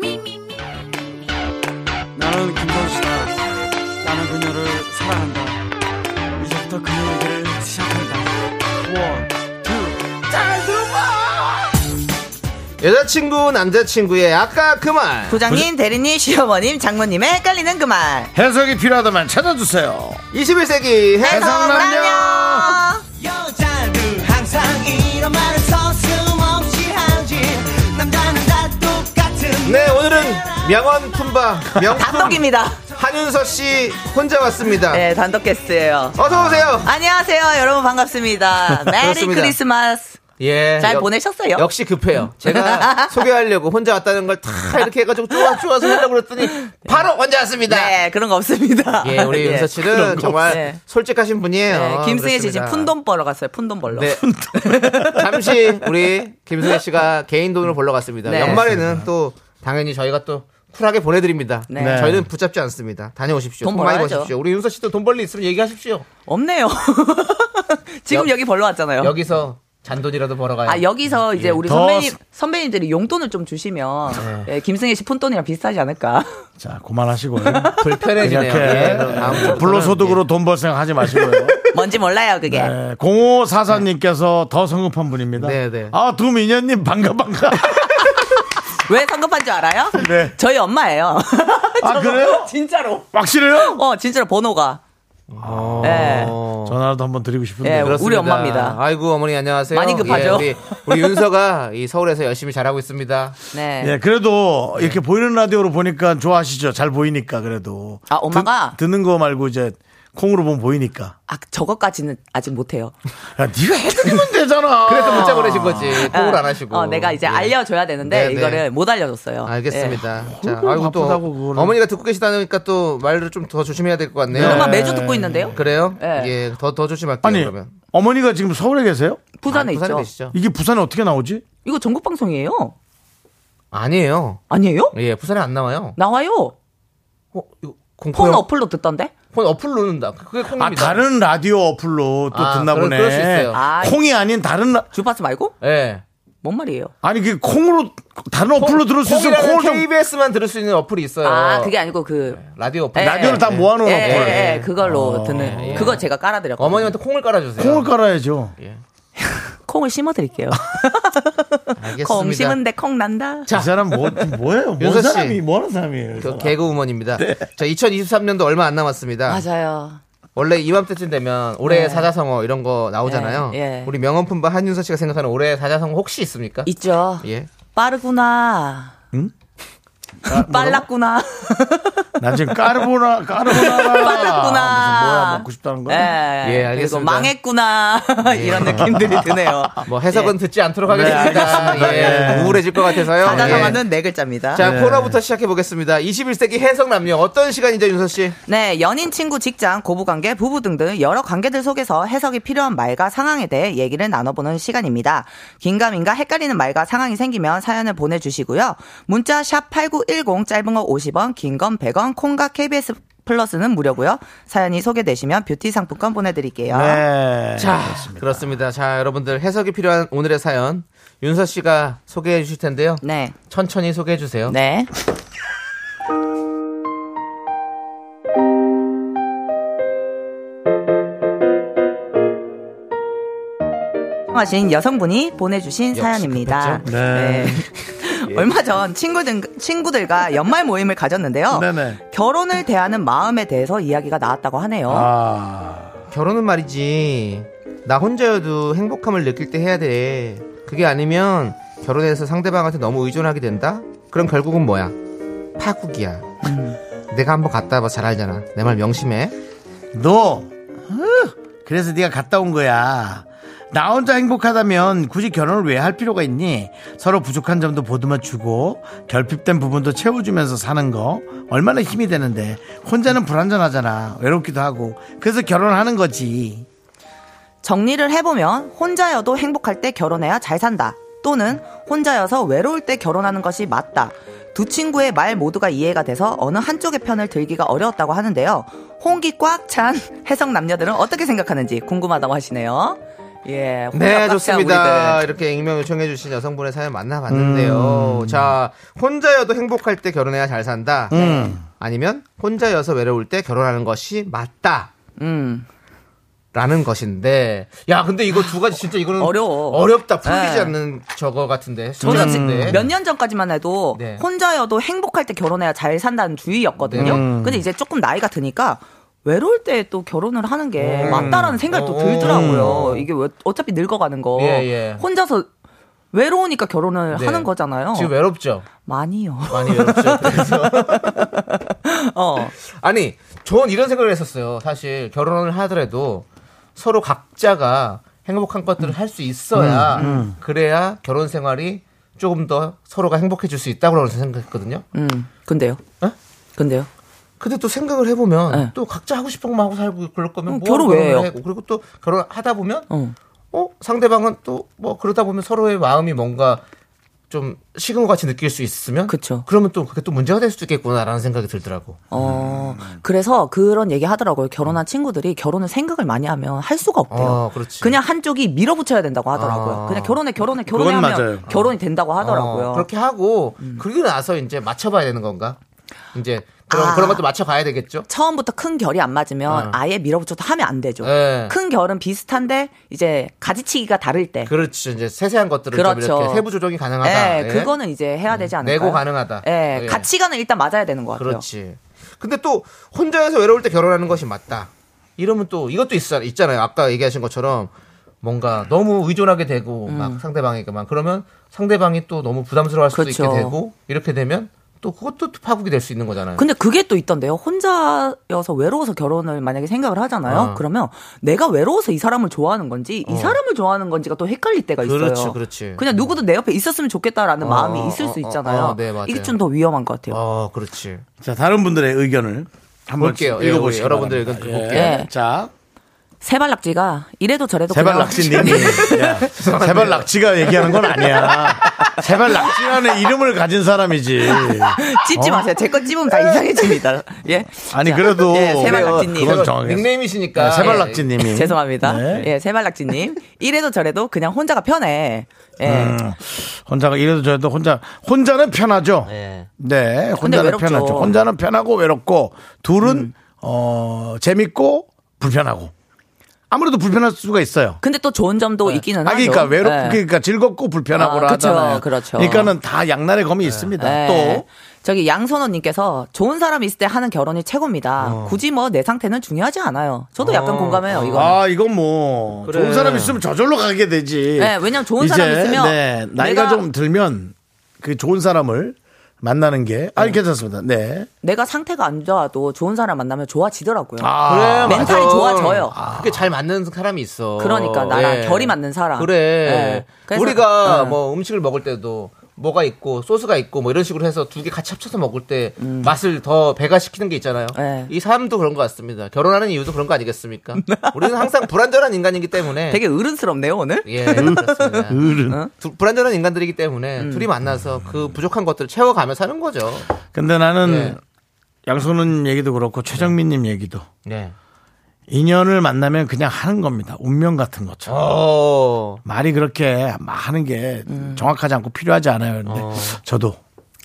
E: Me, me, me.
G: 나는 김선수다. 나는 그녀를 사랑한다. 이제부터 그녀에게 시작한다. 원, 투.
B: 여자친구, 남자친구의 아까 그 말.
H: 부장님, 대리님, 시어머님, 장모님의 헷갈리는 그 말.
A: 해석이 필요하다면 찾아주세요
B: 21세기 해성남녀.
H: 해성남녀.
F: 여자들 항상 이런 말을 서슴없이 하지 남자는 다 똑같은
B: 네, 오늘은 명언 품바 명품
H: 단독입니다.
B: 한윤서 씨 혼자 왔습니다.
H: 아, 네, 단독 게스트예요.
B: 어서 오세요.
H: 안녕하세요, 여러분
B: *laughs*
H: 반갑습니다. 메리
B: 그렇습니다.
H: 크리스마스.
B: 예.
H: 잘
B: 역-
H: 보내셨어요?
B: 역시 급해요.
H: *laughs*
B: 제가 소개하려고 혼자 왔다는 걸 다 이렇게 해가지고 쪼아 쪼아서 하려고 그랬더니 바로 혼자 왔습니다.
H: 네, 그런 거
B: *laughs*
H: 없습니다.
B: 예,
H: *laughs*
B: 우리 윤서 씨는 정말
H: 없어요. 네.
B: 솔직하신 분이에요.
H: 네, 김승혜 씨
B: 그렇습니다.
H: 지금 푼돈 벌러 갔어요. 푼돈 벌러.
B: 네. *laughs* 잠시 우리 김승혜 씨가 개인 돈으로 벌러 갔습니다.
H: 네.
B: 연말에는 또 당연히 저희가 또 쿨하게 보내드립니다.
H: 네. 네.
B: 저희는 붙잡지 않습니다. 다녀오십시오.
H: 돈
B: 돈 많이
H: 벌어야죠.
B: 버십시오. 우리 윤서 씨도 돈 벌리 있으면 얘기하십시오.
H: 없네요. *laughs* 지금
B: 여-
H: 여기 벌러 왔잖아요.
B: 여기서 잔돈이라도 벌어가요.
H: 아 여기서 이제 우리
A: 더
H: 선배님
A: 스-
H: 선배님들이 용돈을 좀 주시면 예, 김승혜 씨 푼돈이랑 비슷하지 않을까?
A: 자 그만하시고요
B: *laughs* 불편해지네요. 예, 그럼 다음
A: 이렇게
B: 주부터는
A: 불로소득으로 돈 벌 생각 하지 마시고요
H: *laughs* 뭔지 몰라요 그게.
A: 네, 0544님께서 더 성급한 분입니다
B: 네, 네.
A: 아 두미녀님 반가
B: *laughs*
A: 반가
H: 왜 성급한 줄 알아요?
A: 네.
H: 저희 엄마예요. *laughs*
A: 아 그래요?
H: 진짜로.
A: 확실해요?
H: 어 진짜로 번호가.
B: 예.
H: 네.
B: 어, 네,
A: 전화라도 한번 드리고 싶은데
H: 예,
A: 요
H: 우리 엄마입니다.
B: 아이고 어머니 안녕하세요.
H: 많이 급하죠?
B: 예, 우리, 우리 윤서가 이 서울에서 열심히 잘하고 있습니다.
H: 네.
A: 예, 그래도 이렇게 보이는 라디오로 보니까 좋아하시죠. 잘 보이니까 그래도.
H: 아, 엄마가?
A: 듣, 는거 말고 이제 콩으로 보면 보이니까.
H: 아 저거까지는 아직 못해요.
A: 야, 네가
B: *laughs*
A: 해드리면 되잖아.
B: 그래서 문자 보내신 거지. 공을
H: 예.
B: 안 하시고.
H: 어, 내가 이제
B: 예.
H: 알려줘야 네. 되는데
B: 네, 네.
H: 이거를 못 알려줬어요.
B: 알겠습니다. 자,
A: 얼굴
B: 아이고 또
A: 바쁘다고 그거를.
B: 어머니가 듣고 계시다니까 또 말을 좀 더 조심해야 될 것 같네요.
H: 예. 엄마
A: 네.
H: 매주 듣고 있는데요.
B: 음. 그래요?
H: 예.
B: 예, 더 더 조심할게요.
A: 아니,
B: 그러면
A: 어머니가 지금 서울에 계세요?
H: 부산에
B: 아, 부산에
H: 있죠.
B: 계시죠?
A: 이게 부산에 어떻게 나오지?
H: 이거 전국 방송이에요?
B: 아니에요.
H: 아니에요?
B: 예, 부산에 안 나와요.
H: 나와요.
B: 어, 이거 공포
H: 폰
B: 영-
H: 어플로 듣던데?
B: 폰 어플로 는다. 그게 콩입니다.
A: 아, 다른 라디오 어플로 또
B: 아,
A: 듣나
B: 그럴-
A: 보네.
B: 그럴 수 있어요.
H: 아.
A: 콩이 아닌 다른, 라-
H: 주파수 말고?
B: 예.
H: 뭔 말이에요?
A: 아니, 그 콩으로, 다른 어플로 들을 수 있으면
B: 콩이라는
A: 콩을 좀.
B: KBS만 들을 수 있는 어플이 있어요.
H: 아 그게 아니고 그
B: 라디오 어플.
H: 예.
A: 라디오를 다 뭐-
B: 예.
H: 예,
A: 모아놓은 어플.
H: 예, 예, 그걸로 듣는 그거 제가 깔아드렸고
B: 어머님한테 콩을 깔아주세요.
A: 콩을 깔아야죠.
H: 콩을 심어드릴게요.
B: 알겠습니다.
H: 콩 심은데 콩 난다.
A: 이 사람 뭐, 뭐예요? 뭔
B: 윤서 씨.
A: 사람이, 뭐 하는 사람이에요? 이
B: 저
A: 사람.
B: 개그우먼입니다.
A: 네.
B: 자, 2023년도 얼마 안 남았습니다.
H: 맞아요.
B: 원래 이맘때쯤 되면 올해의 사자성어 이런 거 나오잖아요.
H: 네, 예.
B: 우리 명언품바 한윤서 씨가 생각하는 올해의 사자성어 혹시 있습니까?
H: 있죠.
B: 예.
H: 빠르구나. 아, 빨랐구나.
A: 나 지금 까르보나, 까르보나라.
H: 빨랐구나.
A: 무슨 뭐야, 먹고 싶다는 거야?
H: 예.
B: 예, 알겠습니다.
H: 그리고 망했구나. *laughs* 이런 느낌들이 드네요. 예.
B: 뭐 해석은 듣지 않도록 하겠습니다.
A: 알겠습니다.
B: 네, 예.
A: 예.
B: 우울해질 것 같아서요.
H: 사자성어는
B: 예.
H: 네 글자입니다.
B: 자, 코너부터 시작해 보겠습니다. 21세기 해석 남녀 어떤 시간이죠, 윤서 씨?
H: 네, 연인, 친구, 직장, 고부관계, 부부 등등 여러 관계들 속에서 해석이 필요한 말과 상황에 대해 얘기를 나눠보는 시간입니다. 긴가민가 헷갈리는 말과 상황이 생기면 사연을 보내주시고요. 문자 샵 8910 짧은 거 50원, 긴 건 100원, 콩과 KBS 플러스는 무료고요. 사연이 소개되시면 뷰티 상품권 보내드릴게요.
A: 네.
B: 자, 그렇습니다. 자, 여러분들 해석이 필요한 오늘의 사연 윤서 씨가 소개해 주실 텐데요.
H: 네.
B: 천천히 소개해 주세요.
H: 네. 하신 여성분이 보내주신 사연입니다.
A: 네.
H: 얼마 전 친구들, 친구들과 연말 모임을 가졌는데요.
A: 네네.
H: 결혼을 대하는 마음에 대해서 이야기가 나왔다고 하네요.
A: 아,
B: 결혼은 말이지 나 혼자여도 행복함을 느낄 때 해야 돼 그게 아니면 결혼해서 상대방한테 너무 의존하게 된다 그럼 결국은 뭐야 파국이야 내가 한번 갔다 와봐 잘 알잖아 내 말 명심해
A: 너. 어, 그래서 네가 갔다 온 거야. 나 혼자 행복하다면 굳이 결혼을 왜 할 필요가 있니? 서로 부족한 점도 보듬어 주고 결핍된 부분도 채워주면서 사는 거 얼마나 힘이 되는데 혼자는 불안전하잖아. 외롭기도 하고. 그래서 결혼을 하는 거지.
H: 정리를 해보면 혼자여도 행복할 때 결혼해야 잘 산다. 또는 혼자여서 외로울 때 결혼하는 것이 맞다. 두 친구의 말 모두가 이해가 돼서 어느 한쪽의 편을 들기가 어려웠다고 하는데요. 홍기 꽉 찬 *laughs* 해석 남녀들은 어떻게 생각하는지 궁금하다고 하시네요. 예, 홍기가 꽉
B: 네,
H: 찬
B: 좋습니다.
H: 우리들.
B: 이렇게 익명 요청해주신 여성분의 사연
H: 음.
B: 만나봤는데요. 자, 혼자여도 행복할 때 결혼해야 잘 산다.
H: 네.
B: 아니면 혼자여서 외로울 때 결혼하는 것이 맞다.
H: 음,
B: 라는 것인데, 야, 근데 이거 두 가지 진짜 이거는
H: 어려워.
B: 어렵다. 풀리지
H: 네.
B: 않는 저거 같은데.
H: 저는
B: 음.
H: 몇 년 전까지만 해도
B: 네.
H: 혼자여도 행복할 때 결혼해야 잘 산다는 주의였거든요.
B: 음.
H: 근데 이제 조금 나이가 드니까 외로울 때 또 결혼을 하는 게 맞다라는 생각이 또 들더라고요.
B: 어. 음.
H: 이게 왜- 어차피 늙어가는 거
B: 예, 예.
H: 혼자서 외로우니까 결혼을
B: 네.
H: 하는 거잖아요.
B: 지금 외롭죠?
H: 많이요. *laughs*
B: 많이 외롭죠. 그래서
H: 어.
B: 아니, 전 이런 생각을 했었어요. 사실 결혼을 하더라도 서로 각자가 행복한 것들을 할 수 있어야
H: 음,
B: 그래야 결혼 생활이 조금 더 서로가 행복해질 수 있다고 저는 생각했거든요.
H: 음. 근데요.
B: 어?
H: 근데요.
B: 근데 또 생각을 해보면
H: 네.
B: 또 각자 하고 싶은 것만 하고 살고 그럴 거면
H: 음,
B: 뭐
H: 결혼 왜
B: 결혼을
H: 해요?
B: 해. 그리고 또 결혼하다 보면
H: 어.
B: 어 상대방은 또 뭐 그러다 보면 서로의 마음이 뭔가 좀 식은 것 같이 느낄 수 있으면
H: 그쵸.
B: 그러면 또 그게 또 문제가 될 수도 있겠구나라는 생각이 들더라고.
H: 어.
B: 음.
H: 그래서 그런 얘기 하더라고요. 결혼한 친구들이 결혼을 생각을 많이 하면 할 수가
B: 아,
H: 없대요.
B: 그렇지.
H: 그냥 한쪽이 밀어붙여야 된다고 하더라고요.
B: 아.
H: 그냥 결혼해 결혼해 결혼해
A: 그건
H: 하면
A: 맞아요.
H: 결혼이 된다고 하더라고요. 음.
B: 어, 그렇게 하고 그리고 나서 이제 맞춰봐야 되는 건가? 이제 그런
H: 아.
B: 그런 것도 맞춰봐야 되겠죠.
H: 처음부터 큰 결이 안 맞으면 아예 밀어붙여도 하면 안 되죠.
B: 예.
H: 큰 결은 비슷한데 이제 가지치기가 다를 때.
B: 그렇죠. 이제 세세한 것들을 좀
H: 네. 그렇죠.
B: 이렇게 세부 조정이 가능하다.
H: 예,
B: 예.
H: 그거는 이제 해야 되지 않을까요?
B: 내고 가능하다.
H: 예,
B: 예. 그렇죠.
H: 가치관은 일단 맞아야 되는 것 같아요.
B: 그렇지. 근데 또 혼자서 외로울 때 결혼하는 것이 맞다. 이러면 또 이것도 있, 있잖아요. 아까 얘기하신 것처럼 뭔가 너무 의존하게 되고
H: 음.
B: 막 상대방에게만 그러면 상대방이 또 너무 부담스러워할 수도
H: 그렇죠.
B: 있게 되고 이렇게 되면 또 그것도 파국이 될 수 있는 거잖아요.
H: 근데 그게 또 있던데요. 혼자여서 외로워서 결혼을 만약에 생각을 하잖아요.
B: 어.
H: 그러면 내가 외로워서 이 사람을 좋아하는 건지
A: 어.
H: 이 사람을 좋아하는 건지가 또 헷갈릴 때가 있어요.
B: 그렇지, 그렇지.
H: 냥 누구도 내 옆에 있었으면 좋겠다라는
B: 어,
H: 마음이 있을
B: 어,
H: 수
B: 어,
H: 있잖아요.
B: 어, 네, 맞아요.
H: 이게 좀 더 위험한 것 같아요.
B: 어, 그렇지.
A: 자, 다른 분들의 의견을 한번
B: 볼게요. 예,
A: 읽어보시죠.
B: 우리 여러분들의 의견 볼게요.
H: 예.
A: 자,
H: 세발낙지가 이래도 저래도
A: 세발
H: 그냥
A: 낙지님. 야, 세발 낙지가 얘기하는 건 아니야. 세발 낙지라는 이름을 가진 사람이지.
H: *laughs* 아, 찝지 마세요. 제 거 찝으면 다 이상해집니다. 예.
A: 네. 아니
H: 자,
A: 그래도
H: 예, 세발낙지님.
A: 그건
B: 제가
A: 정해.
B: 닉네임이시니까
A: 아, 세발낙지님이
H: 예. *laughs* 죄송합니다.
A: 네.
H: 예, 세발낙지님. 이래도 저래도 그냥 혼자가 편해. 예.
A: 음, 혼자가 이래도 저래도 혼자 혼자는 편하죠.
B: 예.
A: 네,
H: 근데
A: 혼자는
H: 외롭죠. 음.
A: 편하죠. 혼자는 편하고 외롭고 둘은 어 재밌고 불편하고 아무래도 불편할 수가 있어요.
H: 근데 또 좋은 점도 있기는
A: 아, 그러니까
H: 하죠.
A: 외롭,
H: 예.
A: 그러니까 즐겁고 불편하고라
H: 아, 그쵸,
A: 하잖아요.
H: 그렇죠.
A: 러니까는다 양날의 검이 있습니다.
H: 네.
A: 또
H: 저기 양선호님께서 좋은 사람 있을 때 하는 결혼이 최고입니다. 굳이 뭐 내 상태는 중요하지 않아요. 저도 약간 공감해요. 이거.
A: 아, 이건 뭐
B: 그래.
A: 좋은 사람 있으면 저절로 가게 되지.
H: 네, 왜냐면 좋은 사람 있으면
A: 네, 나이가
H: 내가-
A: 좀 들면 그 좋은 사람을 만나는 게 아니 괜찮습니다. 네.
H: 내가 상태가 안 좋아도 좋은 사람 만나면 좋아지더라고요.
A: 아,
B: 그래,
H: 멘탈이
B: 맞아.
H: 좋아져요.
B: 그게 잘 맞는 사람이 있어. 예.
H: 그러니까, 나랑 결이 맞는 사람.
B: 그래.
H: 예. 그래서-
B: 우리가
H: 예.
B: 뭐 음식을 먹을 때도 뭐가 있고 소스가 있고 뭐 이런 식으로 해서 두 개 같이 합쳐서 먹을 때 맛을 더 배가 시키는 게 있잖아요.
H: 음. 예.
B: 이 삶도 그런 것 같습니다. 결혼하는 이유도 그런 거 아니겠습니까? 우리는 항상 불완전한 인간이기 *laughs* 때문에
H: 되게 어른스럽네요 오늘.
B: 예, 그렇습니다. *laughs* 어? 두- 불완전한 인간들이기 때문에 둘이 만나서 그 부족한 것들을 채워가며 사는 거죠.
A: 근데 나는
B: 네.
A: 양손은 얘기도 그렇고 최정민 님 얘기도
B: 네.
A: 인연을 만나면 그냥 하는 겁니다. 운명 같은 것처럼.
B: 어.
A: 말이 그렇게 막 하는 게
H: 음.
A: 정확하지 않고 필요하지 않아요. 근데
H: 어.
A: 저도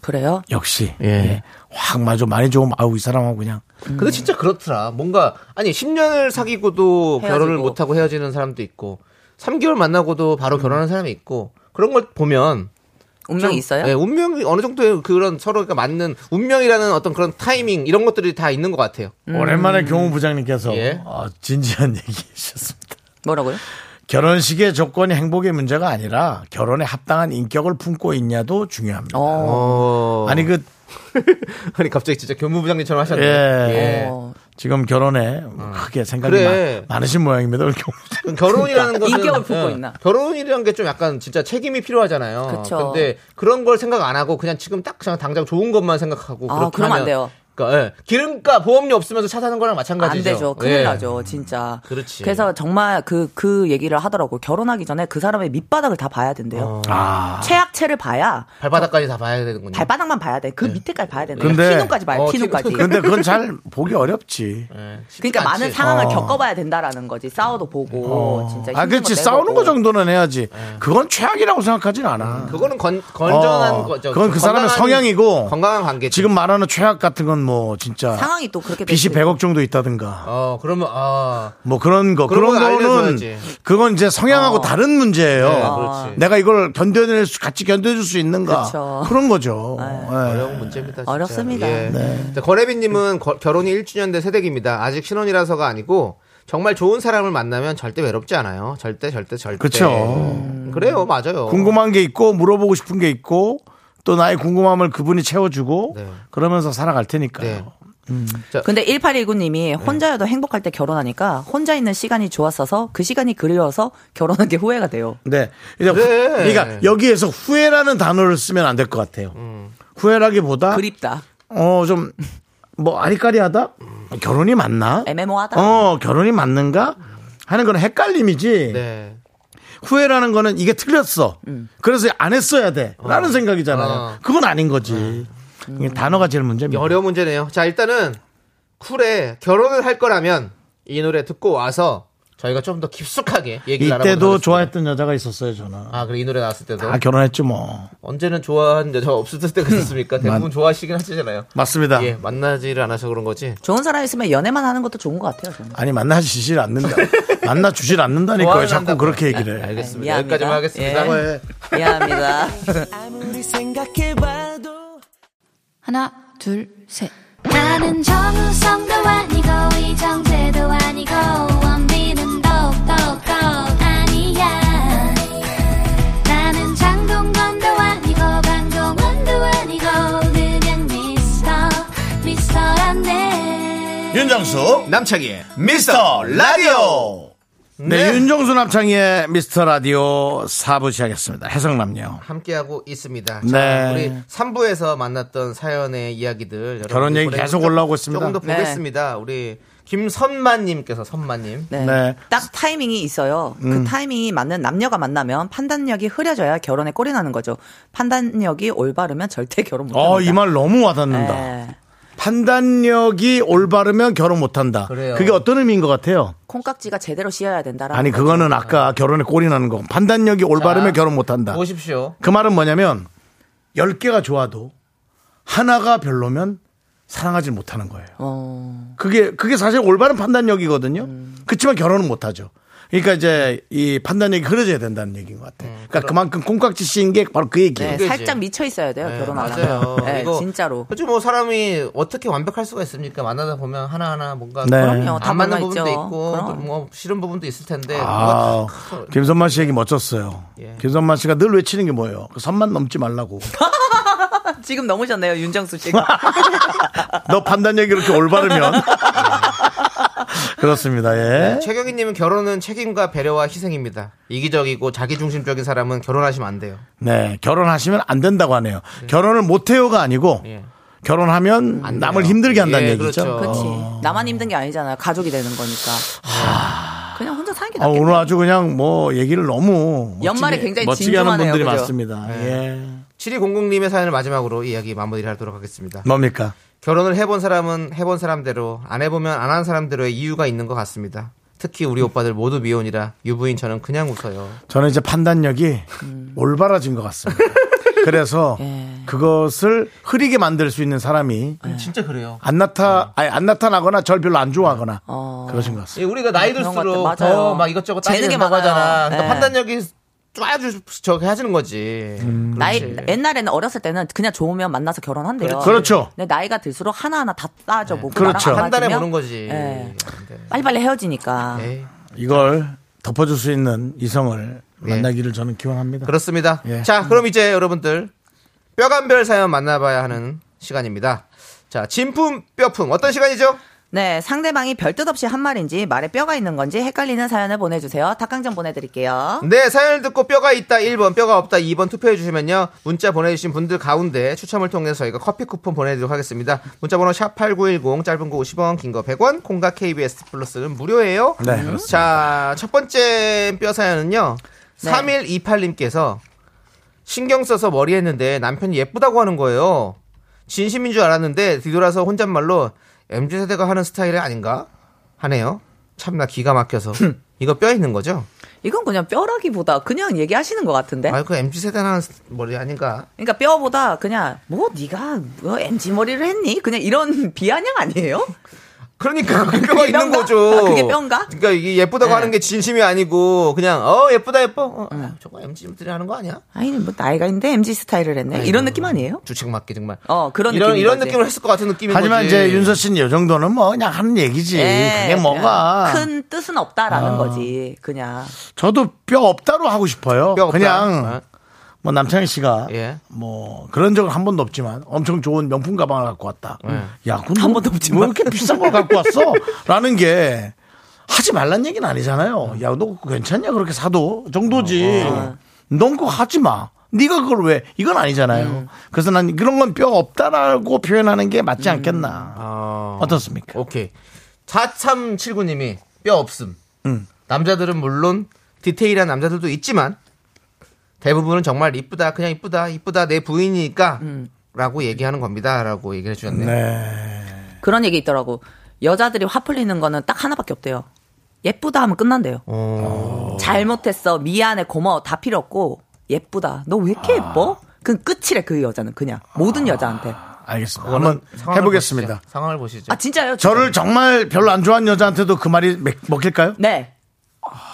H: 그래요?
A: 역시
B: 예.
A: 예. 확 맞아 많이 좋으면 아우 이 사람하고 그냥
H: 음.
B: 근데 진짜 그렇더라. 뭔가 아니 10년을 사귀고도
H: 헤어지고.
B: 결혼을 못 하고 헤어지는 사람도 있고 3개월 만나고도 바로 결혼하는 사람이 있고 그런 걸 보면
H: 음. 운명이
B: 좀,
H: 있어요?
B: 예, 운명이 어느 정도의 그런 서로가 맞는 운명이라는 어떤 그런 타이밍 이런 것들이 다 있는 것 같아요.
H: 음.
A: 오랜만에 경호 부장님께서
B: 예.
A: 어, 진지한 *laughs* 얘기 하셨습니다.
H: 뭐라고요?
A: 결혼식의 조건이 행복의 문제가 아니라 결혼에 합당한 인격을 품고 있냐도 중요합니다.
H: 어.
B: 어.
A: 아니 그
B: *laughs* 아니 갑자기 진짜 교무부장님처럼 하셨네.
A: 예.
B: 예.
H: 어.
A: 지금 결혼에 크게 생각이
B: 그래.
A: 많, 으신 모양입니다. 이렇게
B: 결혼이라는 것은
H: 그러니까. 이격을 품고
B: 예,
H: 있나?
B: 결혼이라는 게 좀 약간 진짜 책임이 필요하잖아요.
H: 그쵸.
B: 근데 그런 걸 생각 안 하고 그냥 지금 딱 그냥 당장 좋은 것만 생각하고
H: 아,
B: 그렇게
H: 그러면 안
B: 하면-
H: 돼요.
B: 그러니까 예, 기름값 보험료 없으면서 차 사는 거랑 마찬가지죠.
H: 안 되죠. 큰일
B: 예.
H: 나죠, 진짜.
B: 그렇지.
H: 래서 정말 그, 그 얘기를 하더라고요. 결혼하기 전에 그 사람의 밑바닥을 다 봐야 된대요. 최악체를 봐야
B: 발바닥까지 다 봐야 되는군요.
H: 발바닥만 봐야 돼. 그 밑에까지 봐야 된다.
A: 근데-
H: 티눈까지 봐야 돼.
B: 어,
H: 티눈까지.
B: 티눈.
A: 근데 그건 잘 보기 어렵지.
B: 예, 쉽지
H: 그러니까 많은
B: 않지.
H: 상황을
A: 어.
H: 겪어봐야 된다라는 거지. 싸워도 보고 어, 진짜.
A: 아,
H: 힘든
A: 그렇지.
H: 것도
A: 싸우는 거
H: 해보고.
A: 정도는 해야지. 그건 최악이라고 생각하진 않아.
B: 그거는 건, 건전한
A: 어,
B: 거죠.
A: 그건 그 사람의
B: 건강한-
A: 성향이고
B: 건강한 관계.
A: 지금 말하는 최악 같은 건 뭐 진짜
H: 상황이 또 그렇게
A: 빚이
H: 될
A: 100억 정도 있다든가
B: 어 그러면 아
A: 뭐 그런 거
B: 그런
A: 그런
B: 건
A: 거는
B: 알려줘야지.
A: 그건 이제 성향하고
H: 어.
A: 다른 문제예요.
B: 네,
H: 아.
B: 그렇지.
A: 내가 이걸 견뎌낼 수 같이 견뎌줄 수 있는가
H: 그쵸.
A: 그런 거죠. 예.
B: 어려운 문제입니다. 진짜.
H: 어렵습니다.
B: 예.
A: 네.
B: 자, 권혜빈님은 거- 결혼이 1주년 된 새댁입니다. 아직 신혼이라서가 아니고 정말 좋은 사람을 만나면 절대 외롭지 않아요. 절대 절대 절대.
A: 그쵸.
B: 음, 그래요, 맞아요.
A: 그렇죠. 어. 궁금한 게 있고 물어보고 싶은 게 있고 또 나의 궁금함을 그분이 채워주고
B: 네.
A: 그러면서 살아갈 테니까요.
B: 네.
H: 근데
A: 네.
H: 1819님이 혼자여도 행복할 때 결혼하니까 혼자 있는 시간이 좋았어서 그 시간이 그리워서 결혼한 게 후회가 돼요.
A: 네. 이제 후-
B: 그래.
A: 그러니까 여기에서 후회라는 단어를 쓰면 안 될 것 같아요.
B: 음.
A: 후회라기보다
H: 그립다.
A: 어 좀 뭐 아리까리하다 결혼이 맞나?
H: 애매모호하다.
A: 어 결혼이 맞는가? 하는 건 헷갈림이지.
B: 네.
A: 후회라는 거는 이게 틀렸어.
H: 음.
A: 그래서 안 했어야 돼. 라는 생각이잖아요.
B: 어. 음.
A: 그건 아닌 거지. 이게 단어가 제일 문제입니다.
B: 어려운 문제네요. 자, 일단은 쿨에 결혼을 할 거라면 이 노래 듣고 와서 저희가 좀 더 깊숙하게 얘기를 알아보도록
A: 이때도
B: 하겠습니다.
A: 좋아했던 여자가 있었어요, 저는.
B: 아, 그래 이 노래 나왔을 때도
A: 다 결혼했지 뭐.
B: 언제는 좋아하는 여자 없을 때가
A: 음.
B: 있었습니까? 대부분 좋아하시긴 하시잖아요.
A: 맞습니다.
B: 예, 만나지를 않아서 그런 거지.
H: 좋은 사람 있으면 연애만 하는 것도 좋은 것 같아요. 저는.
A: 아니 만나주질
B: *laughs*
A: 않는다. 만나주질 않는다니까요.
B: 좋아하는
A: 자꾸
B: 한다고.
A: 그렇게 얘기를 해.
B: 알겠습니다.
H: 네, 미안합니다.
B: 여기까지만 하겠습니다.
H: 예. 미안합니다.
A: *laughs*
F: 아무리 생각해봐도
I: 하나, 둘, 셋. 나는 정우성도 아니고, 이정재도 아니고, 원빈은 더욱더 아니야. 나는 장동건도 아니고, 강동원도 아니고, 그냥 미스터, 미스터란데.
A: 윤정수
B: 남창희의
A: 미스터 라디오. 네, 윤정수 남창희의 미스터 라디오 사부 시작했습니다. 해성남녀.
B: 함께하고 있습니다.
A: 네.
B: 자, 우리 3부에서 만났던 사연의 이야기들 여러분들
A: 결혼 얘기
B: 보내주셔서
A: 계속 올라오고 있습니다.
B: 조금 더
H: 네.
B: 보겠습니다. 우리 김선만님께서 선만님.
H: 네.
A: 네. 음.
H: 딱 타이밍이 있어요. 그 타이밍이 맞는 남녀가 만나면 판단력이 흐려져야 결혼에 꼴이 나는 거죠. 판단력이 올바르면 절대 결혼 못합니다.
A: 어, 이 말 너무 와닿는다.
H: 네.
A: 판단력이 올바르면 결혼 못한다.
B: 그래요.
A: 그게 어떤 의미인 것 같아요?
H: 콩깍지가 제대로 씌어야 된다라는.
A: 아니 그거는 아까 결혼에 꼴이 나는 거. 판단력이 올바르면 결혼 못한다.
B: 네. 보십시오.
A: 그 말은 뭐냐면 열개가 좋아도 하나가 별로면 사랑하지 못하는 거예요.
H: 어.
A: 그게 그게 사실 올바른 판단력이거든요. 그렇지만 결혼은 못 하죠. 그러니까 이제 이 판단력이 흐려져야 된다는 얘기인 것 같아요. 그러니까
B: 음,
A: 그만큼 콩깍지 씌인 게 바로 그 얘기예요.
H: 네,
B: 그게지.
H: 살짝 미쳐 있어야 돼요
B: 네,
H: 결혼하면. 네,
B: 이거
H: 진짜로.
B: 그죠 뭐 사람이 어떻게 완벽할 수가 있습니까? 만나다 보면 하나 하나 뭔가
A: 네.
H: 그럼요. 다
B: 안 맞는
H: 문화
B: 부분도
H: 있죠.
B: 있고
H: 그럼.
B: 뭐 싫은 부분도 있을 텐데
A: 아, 김선만 씨 얘기 멋졌어요.
B: 네. 예.
A: 김선만 씨가 늘 외치는 게 뭐예요? 그 선만 넘지 말라고.
H: 지금 넘으셨네요 윤정수 씨가. *laughs*
A: 너 판단력이 그렇게
B: 네.
A: 올바르면. *laughs* 그렇습니다, 예.
B: 최경희님은 결혼은 책임과 배려와 희생입니다. 이기적이고 자기중심적인 사람은 결혼하시면 안 돼요.
A: 네, 결혼하시면 안 된다고 하네요. 결혼을 못해요가 아니고,
B: 예. 음,
A: 결혼하면
B: 안 돼요.
A: 남을 힘들게 한다는
B: 예,
A: 얘기죠.
B: 그렇죠.
H: 그렇지.
A: 어.
H: 나만 힘든 게 아니잖아요. 가족이 되는 거니까. 그냥 혼자 사는 게
A: 아,
H: 낫겠네.
A: 오늘 아주 그냥 뭐 얘기를 너무 멋지게,
H: 연말에 굉장히
A: 멋지게 하는
H: 진중하네요,
A: 분들이
H: 그죠?
A: 많습니다. 예.
B: 7200님의 사연을 마지막으로 이야기 마무리를 하도록 하겠습니다.
A: 뭡니까?
B: 결혼을 해본 사람은 해본 사람대로 안 해보면 안 한 사람대로의 이유가 있는 것 같습니다. 특히 우리 오빠들 모두 미혼이라 유부인 저는 그냥 웃어요.
A: 저는 이제 판단력이
H: 음.
A: 올바라진 것
H: *laughs*
A: 같습니다. 그래서
H: 예.
A: 그것을 흐리게 만들 수 있는 사람이
B: 음,
H: 네.
B: 진짜 그래요.
A: 안
H: 음.
A: 나타, 아니, 안 나타나거나 절 별로 안 좋아하거나
H: 어.
A: 그러신 것 같습니다.
B: 예, 우리가 나이
H: 그런
B: 들수록
H: 것 같아. 맞아요.
B: 더 막 이것저것 따지는
H: 재능이 많아요.
B: 거잖아. 그러니까
H: 네.
B: 판단력이 쫙주 저게 하시는 거지.
H: 음. 나이
B: 그렇지.
H: 옛날에는 어렸을 때는 그냥 좋으면 만나서 결혼한대요.
A: 그렇죠.
H: 근데 나이가 들수록 하나하나 다 따져보고
A: 그렇죠.
H: 나랑 안
B: 판단해
H: 맞으면
B: 보는 거지. 네.
H: 네.
B: 안 돼.
H: 빨리빨리 헤어지니까.
B: 에이.
H: 예.
A: 이걸 덮어줄 수 있는 이성을 만나기를 저는 기원합니다.
B: 네. 그렇습니다.
A: 예.
B: 자, 그럼 이제 여러분들 뼈간별 사연 만나봐야 하는 시간입니다. 자, 진품 뼈품 어떤 시간이죠?
H: 네, 상대방이 별뜻 없이 한 말인지 말에 뼈가 있는 건지 헷갈리는 사연을 보내주세요. 닭강정 보내드릴게요.
B: 네, 사연을 듣고 뼈가 있다 1번, 뼈가 없다 2번 투표해 주시면요. 문자 보내주신 분들 가운데 추첨을 통해서 저희가 커피 쿠폰 보내드리도록 하겠습니다. 문자 번호 샵8910, 짧은 거 50원, 긴 거 100원, 콩과 KBS 플러스는 무료예요.
A: 네,
H: 음.
A: 그렇습니다.
B: 자, 첫 번째 뼈 사연은요.
H: 네.
B: 3128님께서 신경 써서 머리 했는데 남편이 예쁘다고 하는 거예요. 진심인 줄 알았는데 뒤돌아서 혼잣말로 MZ세대가 하는 스타일이 아닌가? 하네요. 참나 기가
H: *laughs*
B: 막혀서. 이거 뼈 있는 거죠?
H: 이건 그냥 뼈라기보다 그냥 얘기하시는 것 같은데.
B: 아이 그 MZ 세대는 머리 아닌가?
H: 그러니까 뼈보다 그냥 뭐 네가 뭐 MG 머리를 했니? 그냥 이런 *laughs* 비아냥 아니에요?
B: 그러니까 그게
H: 아, 그게
B: 있는
H: 뼈인가?
B: 거죠.
H: 아, 그게 뼈인가?
B: 그러니까 이게 예쁘다고
H: 네.
B: 하는 게 진심이 아니고 그냥 어 예쁘다 예뻐. 어, 아, 저거 MZ들이 하는 거 아니야?
H: 아니 뭐 나이가 있는데 MG 스타일을 했네. 이런 느낌 아니에요?
B: 음. 주책 맞게 정말.
H: 어, 그런
B: 이런
H: 느낌인
B: 이런
H: 거지.
B: 느낌을 했을 것 같은 느낌인
A: 하지만
B: 거지.
A: 이제 윤서 씨는 요 정도는 뭐 그냥 하는 얘기지.
H: 예,
A: 그게 뭐가. 아.
H: 그냥 큰 뜻은 없다라는 거지. 그냥
A: 저도 뼈 없다로 하고 싶어요.
B: 뼈 없다.
A: 그냥
B: 어?
A: 뭐 남창희 씨가
B: 예.
A: 뭐 그런 적은 한 번도 없지만 엄청 좋은 명품 가방을 갖고 왔다.
B: 예.
A: 야, 그건
H: 한
A: 뭐-
H: 번도 없지만.
A: 뭐 이렇게 비싼 걸 갖고
B: *laughs*
A: 왔어? 라는 게 하지 말란 얘기는 아니잖아요. 야, 너 그거 괜찮냐? 그렇게 사도 정도지.
B: 어,
A: 넌 그거 하지 마. 네가 그걸 왜? 이건 아니잖아요.
B: 음.
A: 그래서 난 그런 건 뼈 없다라고 표현하는 게 맞지 않겠나.
B: 어,
A: 어떻습니까?
B: 오케이. 4379님이 뼈 없음. 남자들은 물론 디테일한 남자들도 있지만 대부분은 정말 이쁘다, 그냥 이쁘다, 이쁘다 내 부인이니까
H: 음.
B: 라고 얘기하는 겁니다라고 얘기를 해주셨네요.
H: 그런 얘기 있더라고. 여자들이 화 풀리는 거는 딱 하나밖에 없대요. 예쁘다 하면 끝난대요.
A: 어.
B: 어,
H: 잘못했어. 미안해. 고마워. 다 필요 없고 예쁘다. 너 왜
A: 아.
H: 이렇게 예뻐? 그 끝이래 그 여자는 그냥 모든 여자한테.
A: 알겠습니다.
B: 그거는
A: 한번
B: 상황을
A: 해보겠습니다.
B: 보시죠. 상황을 보시죠.
H: 아 진짜요? 진짜.
A: 저를 정말 별로 안 좋아하는 여자한테도 그 말이 맥- 먹힐까요?
H: 네.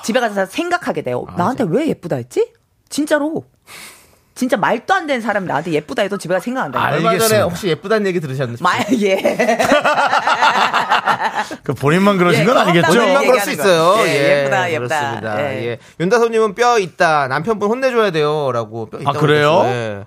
H: 집에 가서 생각하게 돼요.
A: 아,
H: 나한테 왜 예쁘다 했지? 진짜로. 진짜 말도 안 되는 사람이 나한테 예쁘다 해도 집에 가서 생각한다.
A: 아,
B: 얼마 전에
A: 알겠습니다.
B: 혹시 예쁘다는 얘기 들으셨는지
H: 말, *laughs* 예.
A: 그 본인만 그러신
H: 예,
A: 건 아니겠죠?
H: 그건
B: 본인만
H: 얘기하는
B: 그럴 수
H: 거죠.
B: 있어요.
H: 예, 예쁘다, 예쁘다.
B: 그렇습니다.
H: 예.
B: 예. 윤다솜님은 뼈 있다. 남편분 혼내줘야 돼요라고 예. 뼈
H: 아,
B: 있다.
A: 그래요?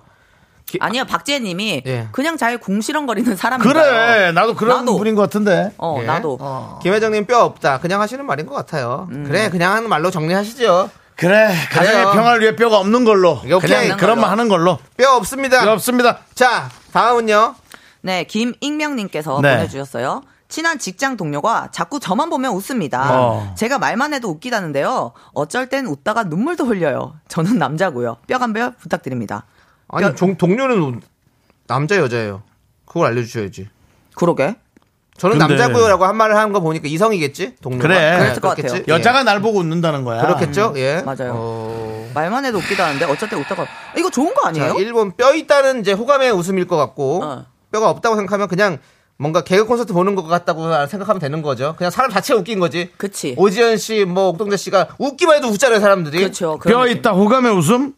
H: 아니요, 박재님이
B: 예.
H: 그냥 자기 궁시렁거리는 사람.
A: 그래, 나도 그런
H: 나도.
A: 분인 것 같은데.
H: 어, 음.
B: 예.
H: 나도.
B: 김혜정님 뼈 없다. 그냥 하시는 말인 것 같아요. 그래, 그냥 하는 말로 정리하시죠.
A: 그래, 가정의
B: 그래요.
A: 평화를 위해 뼈가 없는 걸로.
B: 이게 오케이.
A: 그냥 그런 말 하는 걸로.
B: 뼈 없습니다.
A: 뼈 없습니다.
B: 자, 다음은요.
H: 네, 김익명님께서
A: 네.
H: 보내주셨어요. 친한 직장 동료가 자꾸 저만 보면 웃습니다.
A: 어.
H: 제가 말만 해도 웃기다는데요. 어쩔 땐 웃다가 눈물도 흘려요. 저는 남자고요. 뼈간뼈 부탁드립니다.
B: 아니, 종- 동료는 뭐, 남자 여자예요. 그걸 알려주셔야지.
H: 그러게.
B: 저는
A: 근데-
B: 남자고요라고 한 말을 하는 거 보니까 이성이겠지. 동료가 네,
A: 그래.
H: 그랬을 것 같아요.
B: 그렇겠지?
A: 여자가 날 보고 웃는다는 거야.
B: 예. 그렇겠죠. 예.
H: 맞아요.
B: 어...
H: 말만 해도 웃기다는데 어쩔 땐 웃다가 이거 좋은 거
B: 자,
H: 아니에요?
B: 1번 뼈 있다는 이제 호감의 웃음일 것 같고
H: 어.
B: 뼈가 없다고 생각하면 그냥 뭔가 개그 콘서트 보는 것 같다고 생각하면 되는 거죠. 그냥 사람 자체가 웃긴 거지.
H: 그치.
B: 오지연 씨, 뭐 옥동자 씨가 웃기만 해도 웃잖아요, 사람들이.
H: 예. 그렇죠. 그런
A: 뼈
H: 느낌.
A: 있다, 호감의 웃음?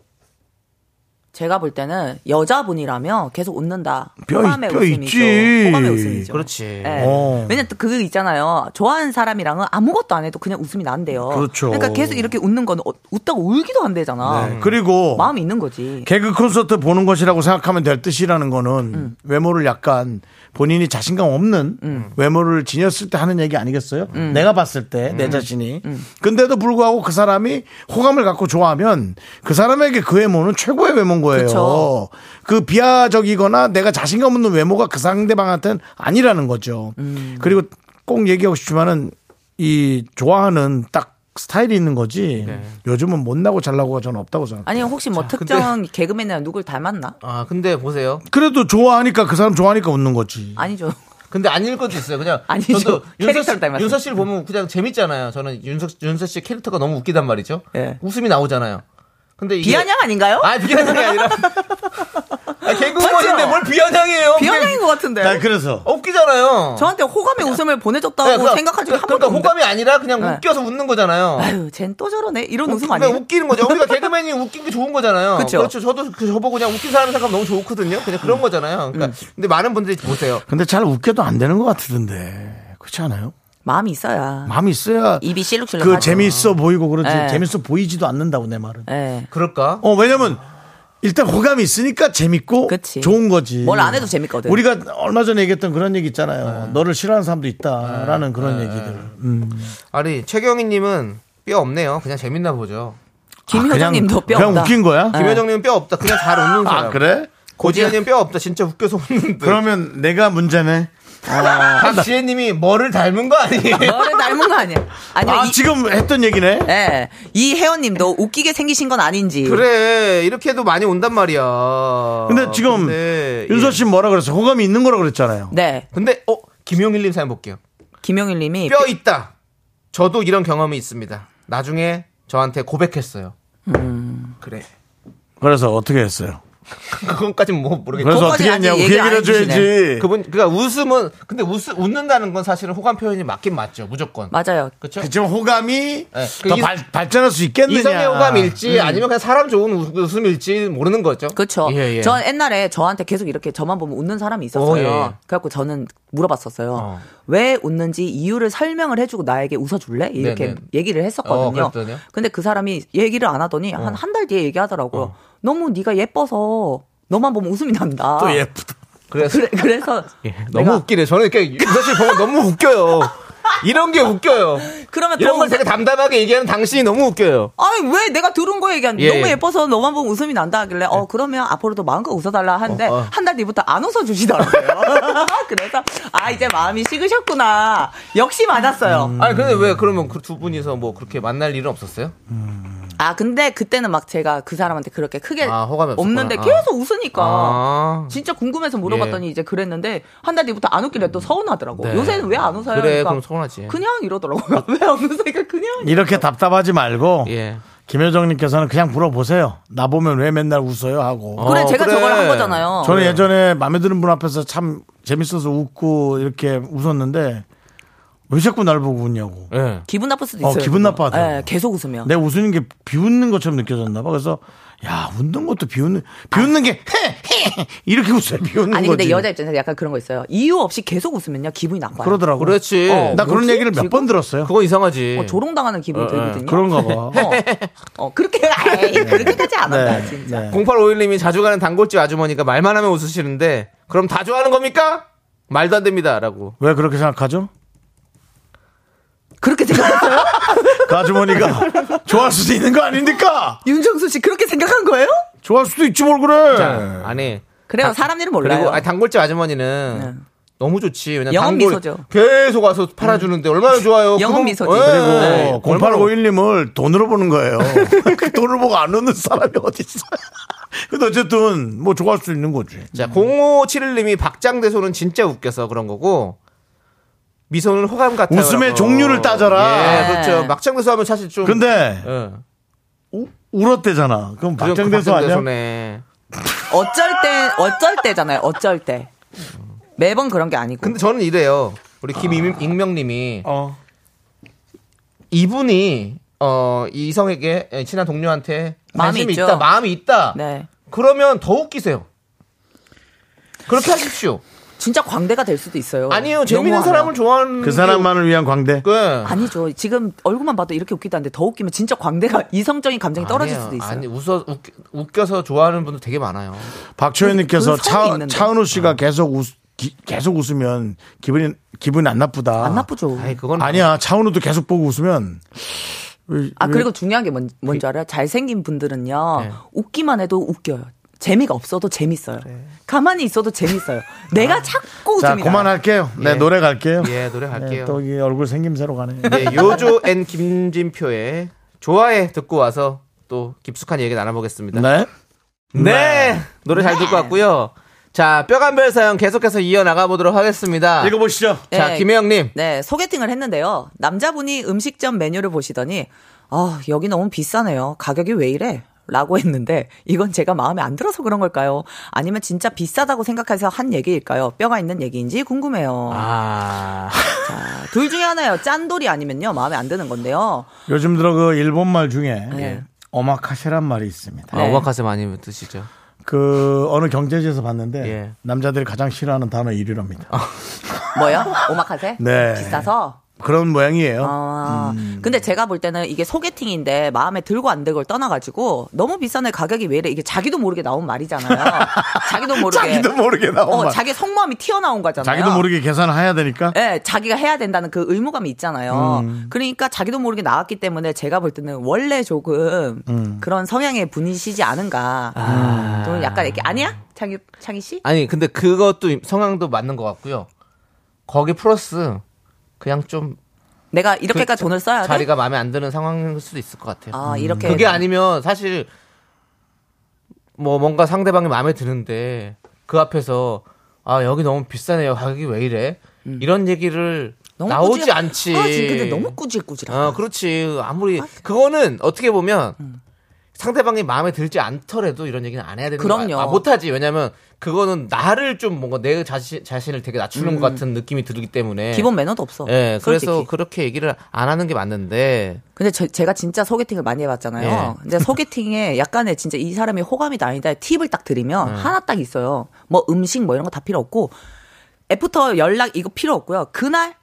H: 제가 볼 때는 여자분이라면 계속 웃는다.
A: 뼈 있-
H: 호감의
A: 뼈
H: 웃음이죠.
A: 있지.
H: 호감의 웃음이죠.
B: 그렇지.
H: 예.
A: 어.
H: 왜냐면 또 그게 있잖아요. 좋아하는 사람이랑은 아무것도 안 해도 그냥 웃음이 난대요.
A: 그렇죠.
H: 러니까 계속 이렇게 웃는 건 어- 웃다가 울기도 안 되잖아.
A: 네. 그리고
H: 마음이 있는 거지.
A: 개그 콘서트 보는 것이라고 생각하면 될 뜻이라는 거는
H: 음.
A: 외모를 약간 본인이 자신감 없는 외모를 지녔을 때 하는 얘기 아니겠어요?
H: 음.
A: 내가 봤을 때 내 자신이. 근데도 불구하고 그 사람이 호감을 갖고 좋아하면 그 사람에게 그 외모는 최고의 외모인 거예요.
H: 그쵸.
A: 그 비하적이거나 내가 자신감 없는 외모가 그 상대방한테는 아니라는 거죠.
H: 음.
A: 그리고 꼭 얘기하고 싶지만은 이 좋아하는 딱 스타일이 있는 거지.
H: 네.
A: 요즘은 못나고 잘나고가 저는 없다고 생각해요.
H: 아니 혹시 뭐 특정 개그맨이나 누굴 닮았나?
B: 아, 근데 보세요.
A: 그래도 좋아하니까 그 사람 좋아하니까 웃는 거지.
H: 아니죠.
B: 근데 아닐 것도 있어요. 그냥
H: 아니죠.
B: 저도 윤서,
H: *laughs* 캐릭터를
B: 씨,
H: 닮았어요.
B: 윤서 씨를 보면 그냥 재밌잖아요. 저는 윤서 윤서 씨 캐릭터가 너무 웃기단 말이죠.
H: 예.
B: 웃음이 나오잖아요. 근데 이게
H: 비아냥 아닌가요?
B: 아, 비아냥이
H: *laughs*
B: 아니라 아, 개그우먼인데
H: 맞죠?
B: 뭘 비아냥이에요?
H: 비아냥인 것 같은데.
A: 나 그래서
B: 웃기잖아요.
H: 저한테 호감의 웃음을 보내줬다고
B: 그러니까-
H: 생각한 적이 한
B: 그러니까
H: 번도 없는데.
B: 호감이 아니라 그냥
H: 네.
B: 웃겨서 웃는
A: 어.
B: 거잖아요.
H: 아유, 쟨또 저러네. 이런 웃음
B: 그러니까
H: 아니에요?
B: 웃기는 거죠. 우리가 개그맨이 웃긴 게 좋은 거잖아요.
H: 그쵸. 음.
B: 그렇죠. 저도 그 저보고 그냥 웃긴 사람 생각하면 너무 좋거든요. 그냥 그런 거잖아요. 그러니까 근데 많은 분들이 보세요.
A: 근데 잘 웃겨도 안 되는 것 같던데 그렇지 않아요?
H: 마음이 있어야.
A: 마음이 있어야
H: 입이 실룩실룩.
A: 그 재미있어 보이고 그렇지
H: 네.
A: 재밌어 보이지도 않는다고 내 말은.
H: 예.
B: 그럴까?
A: 어 왜냐면 일단 호감이 있으니까 재밌고
H: 그치.
A: 좋은 거지.
H: 뭘안 해도 재밌거든. 네.
A: 우리가 얼마 전에 얘기했던 그런 얘기 있잖아요. 너를 싫어하는 사람도 있다라는 그런 얘기들. 음.
B: 아니 최경희님은 뼈 없네요. 그냥 재밌나 보죠.
H: 김효정님도 뼈
A: 아, 그냥
H: 없다. 네.
A: 웃긴 거야?
B: 김효정님은 뼈 없다. 그냥 잘 웃는 사람.
A: 아 그래?
B: 고지현님 뼈 없다. 진짜 웃겨서 웃는 듯.
A: 그러면 내가 문제네.
H: 아,
B: 박지혜님이 뭐를 닮은 거 아니에요?
H: *laughs* 너를 닮은 거 아니야? 아니면
A: 아
H: 이,
A: 지금 했던 얘기네.
H: 예. 이 회원님도 웃기게 생기신 건 아닌지.
B: 그래 이렇게도 많이 온단 말이야.
A: 근데 지금
B: 근데,
A: 윤서
B: 예.
A: 씨 뭐라 그랬어? 호감이 있는 거라 그랬잖아요.
H: 네.
B: 근데 어 김용일님 사연 볼게요.
H: 김용일님이
B: 뼈 있다. 저도 이런 경험이 있습니다. 나중에 저한테 고백했어요. 그래. *laughs*
A: 그래서 어떻게 했어요?
B: 그건까진 뭐 모르겠고.
A: 그래서
H: 그거까지
A: 어떻게 했냐고
H: 아직
A: 그
H: 얘기
A: 얘기를
H: 안
A: 해줘야지.
B: 그분 그러니까 웃음은 근데 웃 웃는다는 건 사실은 호감 표현이 맞긴 맞죠. 무조건.
H: 맞아요.
B: 그렇죠?
A: 그치만 호감이
B: 네.
A: 더
B: 그 이-
A: 발, 발전할 수 있겠느냐. 음.
B: 이성의 호감일지 아니면 그냥 사람 좋은 웃- 웃음일지 모르는 거죠.
H: 그렇죠.
B: 예, 예.
H: 전 옛날에 저한테 계속 이렇게 저만 보면 웃는 사람이 있었어요.
B: 오, 예, 예.
H: 그래갖고 저는 물어봤었어요.
B: 어.
H: 왜 웃는지 이유를 설명을 해주고 나에게 웃어줄래? 이렇게
B: 네, 네.
H: 얘기를
B: 어,
H: 했었거든요.
B: 그랬더니요? 어.
H: 근데 그 사람이 얘기를 안 하더니 한 한 달 뒤에 얘기하더라고요. 너무 네가 예뻐서 너만 보면 웃음이 난다.
A: 또 예쁘다.
B: 그래서
H: *laughs* 그래,
B: *laughs*
H: 그래서
A: 예,
B: 예, 너무
H: 내가-
B: 웃기네. 저는 이렇게 사실 보면 너무 웃겨요. 이런 게 웃겨요.
H: 그러면
B: 이런
H: 더
B: 걸 되게 담담하게 얘기하는 당신이 너무 웃겨요.
H: 아니 왜 내가 들은 거 얘기하는
B: 예,
H: 너무
B: 예.
H: 예뻐서 너만 보면 웃음이 난다 하길래 어 그러면 앞으로도 마음껏 웃어달라 하는데
B: 어, 어.
H: 한 달 뒤부터
B: *laughs*
H: 안 웃어주시더라고요 *laughs* 그래서 아 이제 마음이 식으셨구나 역시 맞았어요
B: 아니 근데 왜 그러면 그 두 분이서 뭐 그렇게 만날 일은 없었어요?
H: 아 근데 그때는 막 제가 그 사람한테 그렇게 크게
B: 아, 호감이 없었구나.
H: 없는데
B: 아.
H: 계속 웃으니까
B: 아. 예.
H: 진짜 궁금해서 물어봤더니 이제 그랬는데 한 달 뒤부터 안 웃길래 또 서운하더라고
B: 네.
H: 요새는 왜 안 웃어요?
B: 그래,
H: 그러니까
B: 그럼 서운하지.
H: 그냥 이러더라고요 *laughs* 왜 안 웃으니까 그냥
A: 이렇게 답답하지 말고
B: 예.
A: 김효정님께서는 그냥 물어보세요. 나 보면 왜 맨날 웃어요 하고.
B: 어,
H: 그래 제가
B: 그래.
H: 저걸 한 거잖아요
A: 저는 예전에 마음에 드는 분 앞에서 참 재밌어서 웃고 이렇게 웃었는데 왜 자꾸 날 보고 웃냐고.
B: 예.
H: 기분 나쁠 수도
A: 어,
H: 있어요
A: 기분
H: 그거.
A: 나빠하더라고.
H: 예, 계속 웃으면
A: 내 웃는 게 비웃는 것처럼 느껴졌나 봐. 그래서 야 웃는 것도 비웃는 비웃는 게 이렇게 웃어요. 비웃는
H: 아니
A: 거지.
H: 근데 여자 입장에서 약간 그런 거 있어요. 이유 없이 계속 웃으면요 기분이 나빠요.
A: 그러더라고. 어,
B: 그렇지.
A: 나 그런
H: 뭐지?
A: 얘기를 몇 번 들었어요.
B: 그건 이상하지.
H: 어, 조롱당하는 기분이 들거든요.
A: 그런가 봐.
H: *laughs* 어, 어, 그렇게 에이,
B: 네.
H: 그렇게까지 안 한다
A: 네,
H: 진짜.
A: 네.
B: 0851님이 자주 가는 단골집 아주머니가 말만 하면 웃으시는데 그럼 다 좋아하는 겁니까? 말도 안 됩니다라고.
A: 왜 그렇게 생각하죠?
B: *laughs*
H: 그렇게 생각했어요?
A: 그 아주머니가 *laughs* 좋아할 수도 있는 거 아닙니까?
H: 윤정수 씨 그렇게 생각한 거예요?
A: 좋아할 수도 있지 뭘 그래.
B: 자, 아니.
H: 그래요. 사람 일은 몰라요. 네.
B: 그리고 아니, 단골집 아주머니는 너무 좋지. 왜냐면
H: 영업
B: 단골
H: 미소죠. 음.
B: 계속 와서 팔아주는데 얼마나 좋아요.
H: 영업
B: 그분-
H: 미소지.
B: 예.
A: 그리고
B: 네.
A: 0851님을 어, 돈으로 보는 거예요. *laughs* 그 돈을 보고 안 웃는 사람이 어디 있어? *laughs* 근데 어쨌든 뭐 좋아할 수 있는 거지.
B: 자, 0571님이 박장대소는 진짜 웃겨서 그런 거고 미소는 호감 같아요.
A: 웃음의
B: 라고.
A: 종류를 따져라.
B: 예, 그렇죠.
H: 네.
B: 막장대소 하면 사실 좀
A: 근데
B: 예.
A: 우- 울었대잖아. 그럼
B: 그죠,
A: 박장대소 아니야?
B: 박장대소네.
H: 어쩔 때 어쩔 때잖아요. 어쩔 때 매번 그런 게 아니고.
B: 근데 저는 이래요. 우리
A: 아.
B: 김익명님이
A: 어.
B: 이분이 어 이성에게 예, 친한 동료한테
H: 마음이
B: 관심이
H: 있죠.
B: 있다, 마음이 있다.
H: 네.
B: 그러면 더 웃기세요. 그렇게 하십시오.
H: 진짜 광대가 될 수도 있어요.
B: 아니요, 재밌는
H: 어. 너무하면.
B: 사람을 좋아하는
A: 그 사람만을 위한 광대.
B: 게 웃- 예.
H: 아니죠. 지금 얼굴만 봐도 이렇게 웃기다는데 더 웃기면 진짜 광대가 이성적인 감정이 떨어질
B: 아니에요.
H: 수도 있어요.
B: 아니 웃어 웃, 겨서 좋아하는 분들 되게 많아요.
A: 박초연님께서
H: 그 사람이
A: 차,
H: 있는데.
A: 차은우 씨가 계속 웃, 기- 계속 웃으면 기분이 기분이 안 나쁘다.
H: 안 나쁘죠.
B: 아니 그건
A: 아니야. 차은우도 계속 보고 웃으면 왜-
H: 아
A: 왜-
H: 그리고 중요한 게 뭔, 뭔지 알아요? 잘생긴 분들은요
B: 네.
H: 웃기만 해도 웃겨요. 재미가 없어도 재밌어요. 가만히 있어도 재밌어요. 내가 자꾸 웃음이
A: 네. 아. 자
H: 나요.
A: 그만할게요. 네
B: 예.
A: 노래 갈게요.
B: 예 노래 갈게요.
A: 네, 또 이 얼굴 생김새로 가네.
B: 네, 요조 앤 김진표의 좋아해 듣고 와서 또 깊숙한 얘기 나눠보겠습니다. 네,
A: 네.
B: 노래 잘
H: 네.
B: 듣고 왔고요. 자 뼈간별 사연 계속해서 이어 나가 보도록 하겠습니다.
A: 읽어보시죠.
B: 자
H: 네.
B: 김혜영님
H: 네 소개팅을 했는데요. 남자분이 음식점 메뉴를 보시더니 아 여기 너무 비싸네요. 가격이 왜 이래? 라고 했는데 이건 제가 마음에 안 들어서 그런 걸까요? 아니면 진짜 비싸다고 생각해서 한 얘기일까요? 뼈가 있는 얘기인지 궁금해요.
B: 아
H: 둘 중에 하나예요. 짠돌이 아니면요 마음에 안 드는 건데요.
A: 요즘 들어 그 일본 말 중에
H: 네.
A: 오마카세란 말이 있습니다.
B: 아, 오마카세 많이 드시죠?
A: 그 어느 경제지에서 봤는데
B: 예.
A: 아, 남자들이 가장 싫어하는 단어 1위랍니다.
H: 뭐요? 오마카세?
A: 네.
H: 비싸서?
A: 그런 모양이에요.
H: 아,
B: 음.
H: 근데 제가 볼 때는 이게 소개팅인데 마음에 들고 안 들고를 떠나가지고 너무 비싼 애 가격이 왜 이래 이게 자기도 모르게 나온
B: *laughs*
H: 말이잖아요. 자기도 모르게.
A: 자기도 모르게 나온
H: 어,
A: 말.
H: 자기 속마음이 튀어나온 거잖아요.
A: 자기도 모르게 계산을 해야 되니까.
H: 예, 자기가 해야 된다는 그 의무감이 있잖아요.
B: 음.
H: 그러니까 자기도 모르게 나왔기 때문에 제가 볼 때는 원래 조금
B: 음.
H: 그런 성향의 분이시지 않은가.
B: 아.
H: 저는 약간 이렇게 아니야? 창희 창희 씨?
B: 아니 근데 그것도 성향도 맞는 것 같고요. 거기 플러스 그냥 좀
H: 내가 이렇게까지 돈을 써야 돼?
B: 그 자리가 마음에 안 드는 상황일 수도 있을 것 같아요.
H: 네.
A: 음.
H: 아, 이렇게
B: 그게 아니면 사실 뭐 뭔가 상대방이 마음에 드는데 그 앞에서 아 여기 너무 비싸네요 가격이 왜 이래 이런 얘기를
H: 음. 너무
B: 나오지
H: 꾸질-
B: 않지.
H: 아, 지금 근데 너무 꾸질꾸질하다.
B: 아 그렇지 아무리
H: 네.
B: 그거는 어떻게 보면
H: 음.
B: 상대방이 마음에 들지 않더라도 이런 얘기는 안 해야 되는
H: 그럼요.
B: 거야. 아, 못하지 왜냐면 그거는 나를 좀 뭔가 내 자신 자신을 되게 낮추는 것 같은 느낌이 들기 때문에
H: 음. 기본 매너도 없어.
B: 예 그래서
H: 솔직히.
B: 그렇게 얘기를 안 하는 게 맞는데
H: 근데 제, 가 진짜 소개팅을 많이 해봤잖아요.
B: 예.
H: 근데 소개팅에 약간의 진짜 이 사람이 호감이다 아니다 팁을 딱 드리면
B: 음.
H: 하나 딱 있어요. 뭐 음식 뭐 이런 거 다 필요 없고 애프터 연락 이거 필요 없고요. 그날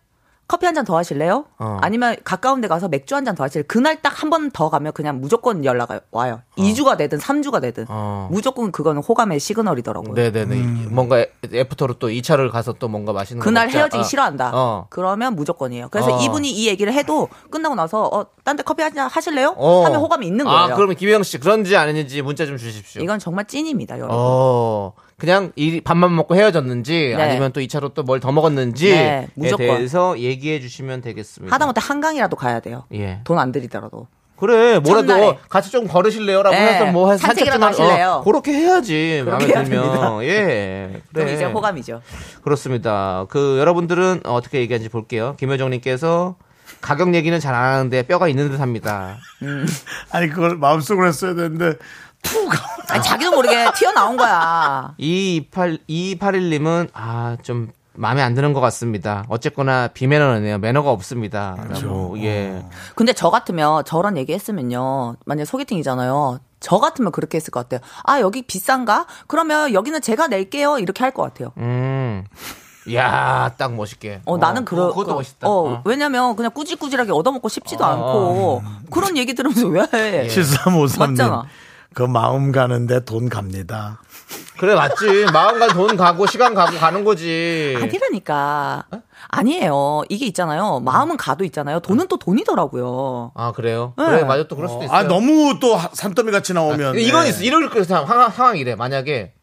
H: 커피 한 잔 더 하실래요?
B: 어.
H: 아니면 가까운 데 가서 맥주 한 잔 더 하실래요? 그날 딱 한 번 더 가면 그냥 무조건 연락 와요. 2주가 되든 3주가 되든.
B: 어.
H: 무조건 그거는 호감의 시그널이더라고요.
B: 네네네. 뭔가 애- 애프터로 또 2차를 가서 또 뭔가 맛있는 거
H: 그날
B: 먹자.
H: 헤어지기
B: 아.
H: 싫어한다.
B: 어.
H: 그러면 무조건이에요. 그래서
B: 어.
H: 이분이 이 얘기를 해도 끝나고 나서 어, 딴 데 커피 한 잔 하실래요?
B: 어.
H: 하면 호감이 있는 거예요.
B: 아, 그러면 김혜영 씨 그런지 아닌지 문자 좀 주십시오.
H: 이건 정말 찐입니다, 여러분.
B: 예. 어. 그냥 이 밥만 먹고 헤어졌는지
H: 네.
B: 아니면 또 2차로 또 뭘 더 먹었는지에
H: 네, 무조건.
B: 대해서 얘기해 주시면 되겠습니다.
H: 하다못해 한강이라도 가야 돼요.
B: 예.
H: 돈 안 들이더라도.
B: 그래 뭐라도
H: 첫날에.
B: 같이 좀 걸으실래요라고
H: 네.
B: 해서 뭐 해서
H: 산책이라도
B: 좀 하-
H: 하실래요?
B: 어, 그렇게 해야지 마음에
H: 해야
B: 들면
H: *laughs*
B: 예
H: 그럼
B: 그래.
H: 이제 호감이죠.
B: 그렇습니다. 그 여러분들은 어떻게 얘기하는지 볼게요. 김효정님께서 가격 얘기는 잘 안 하는데 뼈가 있는 듯합니다.
A: 아니 그걸 마음속으로 했어야 되는데 툭.
H: 아니, 자기도 모르게 튀어나온 거야.
B: 2281님은 아 좀 마음에 안 드는 것 같습니다. 어쨌거나 비매너네요. 매너가 없습니다.
A: 그렇죠.
B: 라고
A: 어.
B: 예.
H: 근데 저 같으면 저런 얘기 했으면요. 만약 소개팅이잖아요. 저 같으면 그렇게 했을 것 같아요. 아, 여기 비싼가? 그러면 여기는 제가 낼게요. 이렇게 할 것 같아요.
B: 음. 야, 딱 멋있게.
H: 어, 나는 그런.
B: 그것도 멋있다.
H: 어,
B: 어. 아.
H: 왜냐면 그냥 꾸지꾸지하게 얻어먹고 싶지도 않고. 그런 얘기
B: *laughs*
H: 들으면서 왜 해?
B: 예.
A: 7353님.
H: 예. 맞잖아.
A: 그 마음 가는데 돈 갑니다.
B: 그래 맞지. 마음과 돈 가고 시간 가고 가는 거지.
H: 아니라니까.
B: 어?
H: 아니에요. 이게 있잖아요. 마음은 가도 있잖아요. 돈은 또 돈이더라고요.
B: 아, 그래요?
H: 네.
B: 그래 맞아 또 그럴 수도 있어요.
A: 아 너무 또 하- 산더미 같이 나오면.
B: 이건
A: 네.
B: 있어. 이럴 그 상황, 상황- 상황이래. 만약에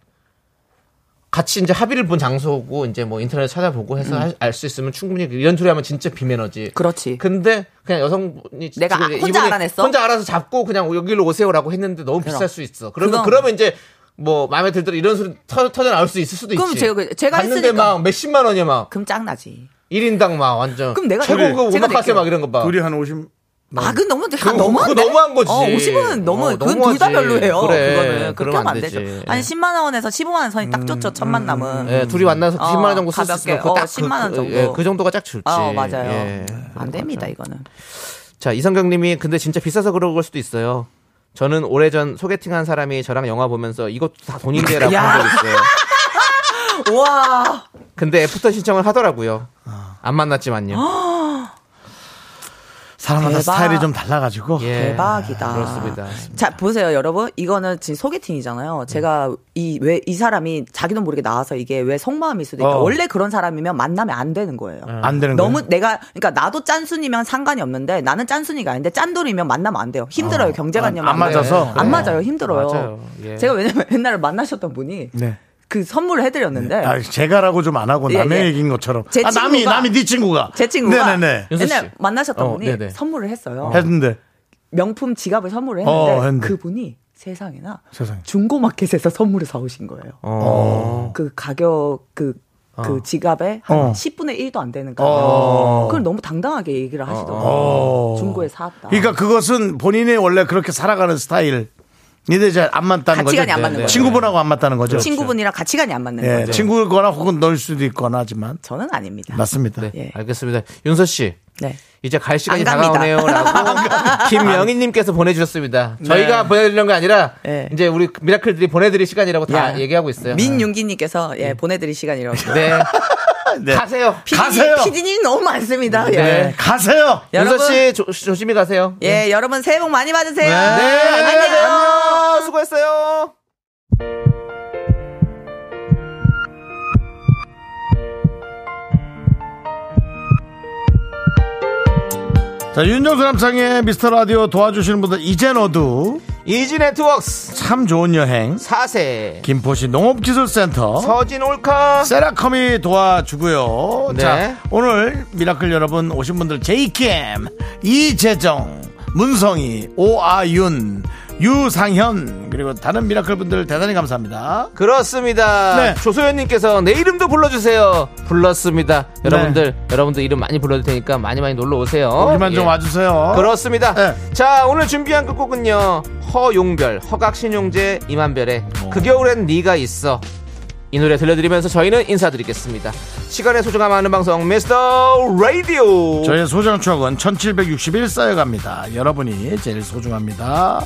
B: 같이 이제 합의를 본 장소고 이제 뭐 인터넷 찾아보고 해서
H: 음.
B: 알 수 있으면 충분히 이런 소리 하면 진짜 비매너지.
H: 그렇지.
B: 근데 그냥 여성분이
H: 내가
B: 지금
H: 아-
B: 이분이
H: 혼자 알아냈어?
B: 혼자 알아서 잡고 그냥 여기로 오세요라고 했는데 너무 비쌀
H: 그럼.
B: 수 있어. 그러면
H: 그건-
B: 그러면 이제 뭐 마음에 들더라 이런 소리 터, 져 나올 수 있을 수도
H: 그럼
B: 있지.
H: 제가 그- 제가
B: 갔는데
H: 했으니까.
B: 막 몇십만 원이야 막
H: 그럼 짱나지.
B: 1인당 막 완전
H: 그럼 내가-
B: 최고급
H: 제가
B: 오마카세
H: 낼게요.
B: 막 이런 거 봐.
A: 둘이 한 50.
H: 아, 그 너무
B: 그거-
H: 너무
B: 그거 너무한 거지.
H: 어, 50원은 너무
B: 어,
H: 그건
B: 너무하지.
H: 둘 다 별로예요. 그
B: 그래,
H: 거는 그렇게
B: 그러면 안
H: 하면 안 되죠.
B: 되지.
H: 아니 10만 원에서 15만 원 선이 딱 좋죠. 첫 만남은.
B: 예, 둘이 만나서
H: 어,
B: 10만 원 정도 쓸수
H: 가볍게.
B: 있으면 그거
H: 어,
B: 딱
H: 10만 원
B: 그,
H: 정도.
B: 그, 예, 그 정도가 짝 줄지.
H: 아, 맞아요.
B: 예.
H: 안 됩니다, 이거는.
B: 자, 이성경님이 근데 진짜 비싸서 그런 걸 수도 있어요. 저는 오래전 소개팅한 사람이 저랑 영화 보면서 이것도 다 돈인데라고
H: 야.
B: 한 적 있어요.
H: 와.
B: 근데 애프터 신청을 하더라고요.
A: 아.
B: 안 만났지만요.
A: 사람마다
H: 대박.
A: 스타일이 좀 달라가지고.
B: 예.
H: 대박이다.
B: 그렇습니다. 음.
H: 자, 보세요, 여러분. 이거는 지금 소개팅이잖아요. 제가 이, 왜, 이 사람이 자기도 모르게 나와서 이게 왜 속마음일 수도 있고,
A: 어.
H: 원래 그런 사람이면 만나면 안 되는 거예요.
B: 음.
A: 안 되는 거.
H: 너무 내가 그러니까 나도 짠순이면 상관이 없는데 나는 짠순이가 아닌데 짠돌이면 만나면 안 돼요. 힘들어요. 경제관념
A: 안- 안 맞아서? 그래요.
H: 안 맞아요. 힘들어요.
B: 네. 맞아요. 예.
H: 제가 왜냐면 *laughs* 옛날에 만나셨던 분이
A: 네.
H: 그 선물을 해드렸는데
A: 아, 제가라고 좀 안 하고
H: 예,
A: 남의
H: 예.
A: 얘기인 것처럼.
H: 제
A: 아, 남이,
H: 친구가-
A: 남이 네 친구가.
H: 제 친구가
A: 네네네.
B: 윤서 씨.
H: 옛날 만나셨던
B: 어,
H: 분이
B: 네네.
H: 선물을 했어요.
A: 했는데.
H: 명품 지갑을 선물을 했는데,
A: 어, 했는데.
H: 그분이 세상에나
A: 세상에.
H: 중고마켓에서 선물을 사오신 거예요.
B: 어.
H: 그 가격 그, 그 지갑에 한
A: 어.
H: 10분의 1도 안 되는 가격.
A: 어.
H: 그걸 너무 당당하게 얘기를 하시더라고요.
A: 어.
H: 중고에 사왔다.
A: 그러니까 그것은 본인이 원에 원래 그렇게 살아가는 스타일. 니들 잘안 맞다는 거죠.
H: 가치관이 안 맞는
A: 네, 네.
H: 거죠.
A: 친구분하고 안 맞다는 거죠.
H: 그 친구분이랑 네. 가치관이 안 맞는
A: 예,
H: 거죠.
A: 친구거나 혹은 널 수도 있거나 하지만
H: 저는 아닙니다.
A: 맞습니다.
B: 네,
H: 예.
B: 알겠습니다. 윤서 씨.
H: 네.
B: 이제 갈 시간이
H: 안 갑니다. *laughs*
B: 다가오네요라고 김영희님께서 보내주셨습니다. 저희가 보내드리는 게 아니라
H: 네.
B: 이제 우리 미라클들이 보내드릴 시간이라고 다
H: 야.
B: 얘기하고 있어요.
H: 민윤기님께서 예, 보내드릴 시간이라고.
B: 네.
A: *laughs* 네.
B: 가세요.
H: 피디님,
A: 가세요.
H: 피디님 너무 많습니다. 예.
A: 네, 가세요.
H: 여러분.
B: 윤서 씨 조, 조심히 가세요. 네.
H: 예, 여러분 새해 복 많이 받으세요.
B: 안녕히 가세요.
H: 안녕.
B: 안녕. 수고했어요.
A: 자, 윤정수 남창의 미스터 라디오 도와주시는 분들, 이젠 어두,
B: 이지 네트웍스
A: 참 좋은 여행,
B: 4세
A: 김포시 농업기술센터,
B: 서진 올카
A: 세라컴이 도와주고요.
B: 네.
A: 자, 오늘 미라클 여러분 오신 분들, 제이캠, 이재정, 문성희, 오아윤, 유상현, 그리고 다른 미라클 분들 대단히 감사합니다.
B: 그렇습니다.
A: 네.
B: 조소연님께서 내 이름도 불러주세요. 불렀습니다.
A: 네.
B: 여러분들 여러분들 이름 많이 불러도 되니까 많이 많이 놀러 오세요.
A: 여기만 좀
B: 예.
A: 와주세요.
B: 그렇습니다.
A: 네.
B: 자 오늘 준비한 그 끝곡은요 허용별, 허각신용재, 이만별의
A: 어.
B: 그 겨울엔 네가 있어 이 노래 들려드리면서 저희는 인사드리겠습니다. 시간의 소중함 아는 방송 미스터 라디오.
A: 저의 소중한 추억은 1761 쌓여갑니다. 여러분이 제일 소중합니다.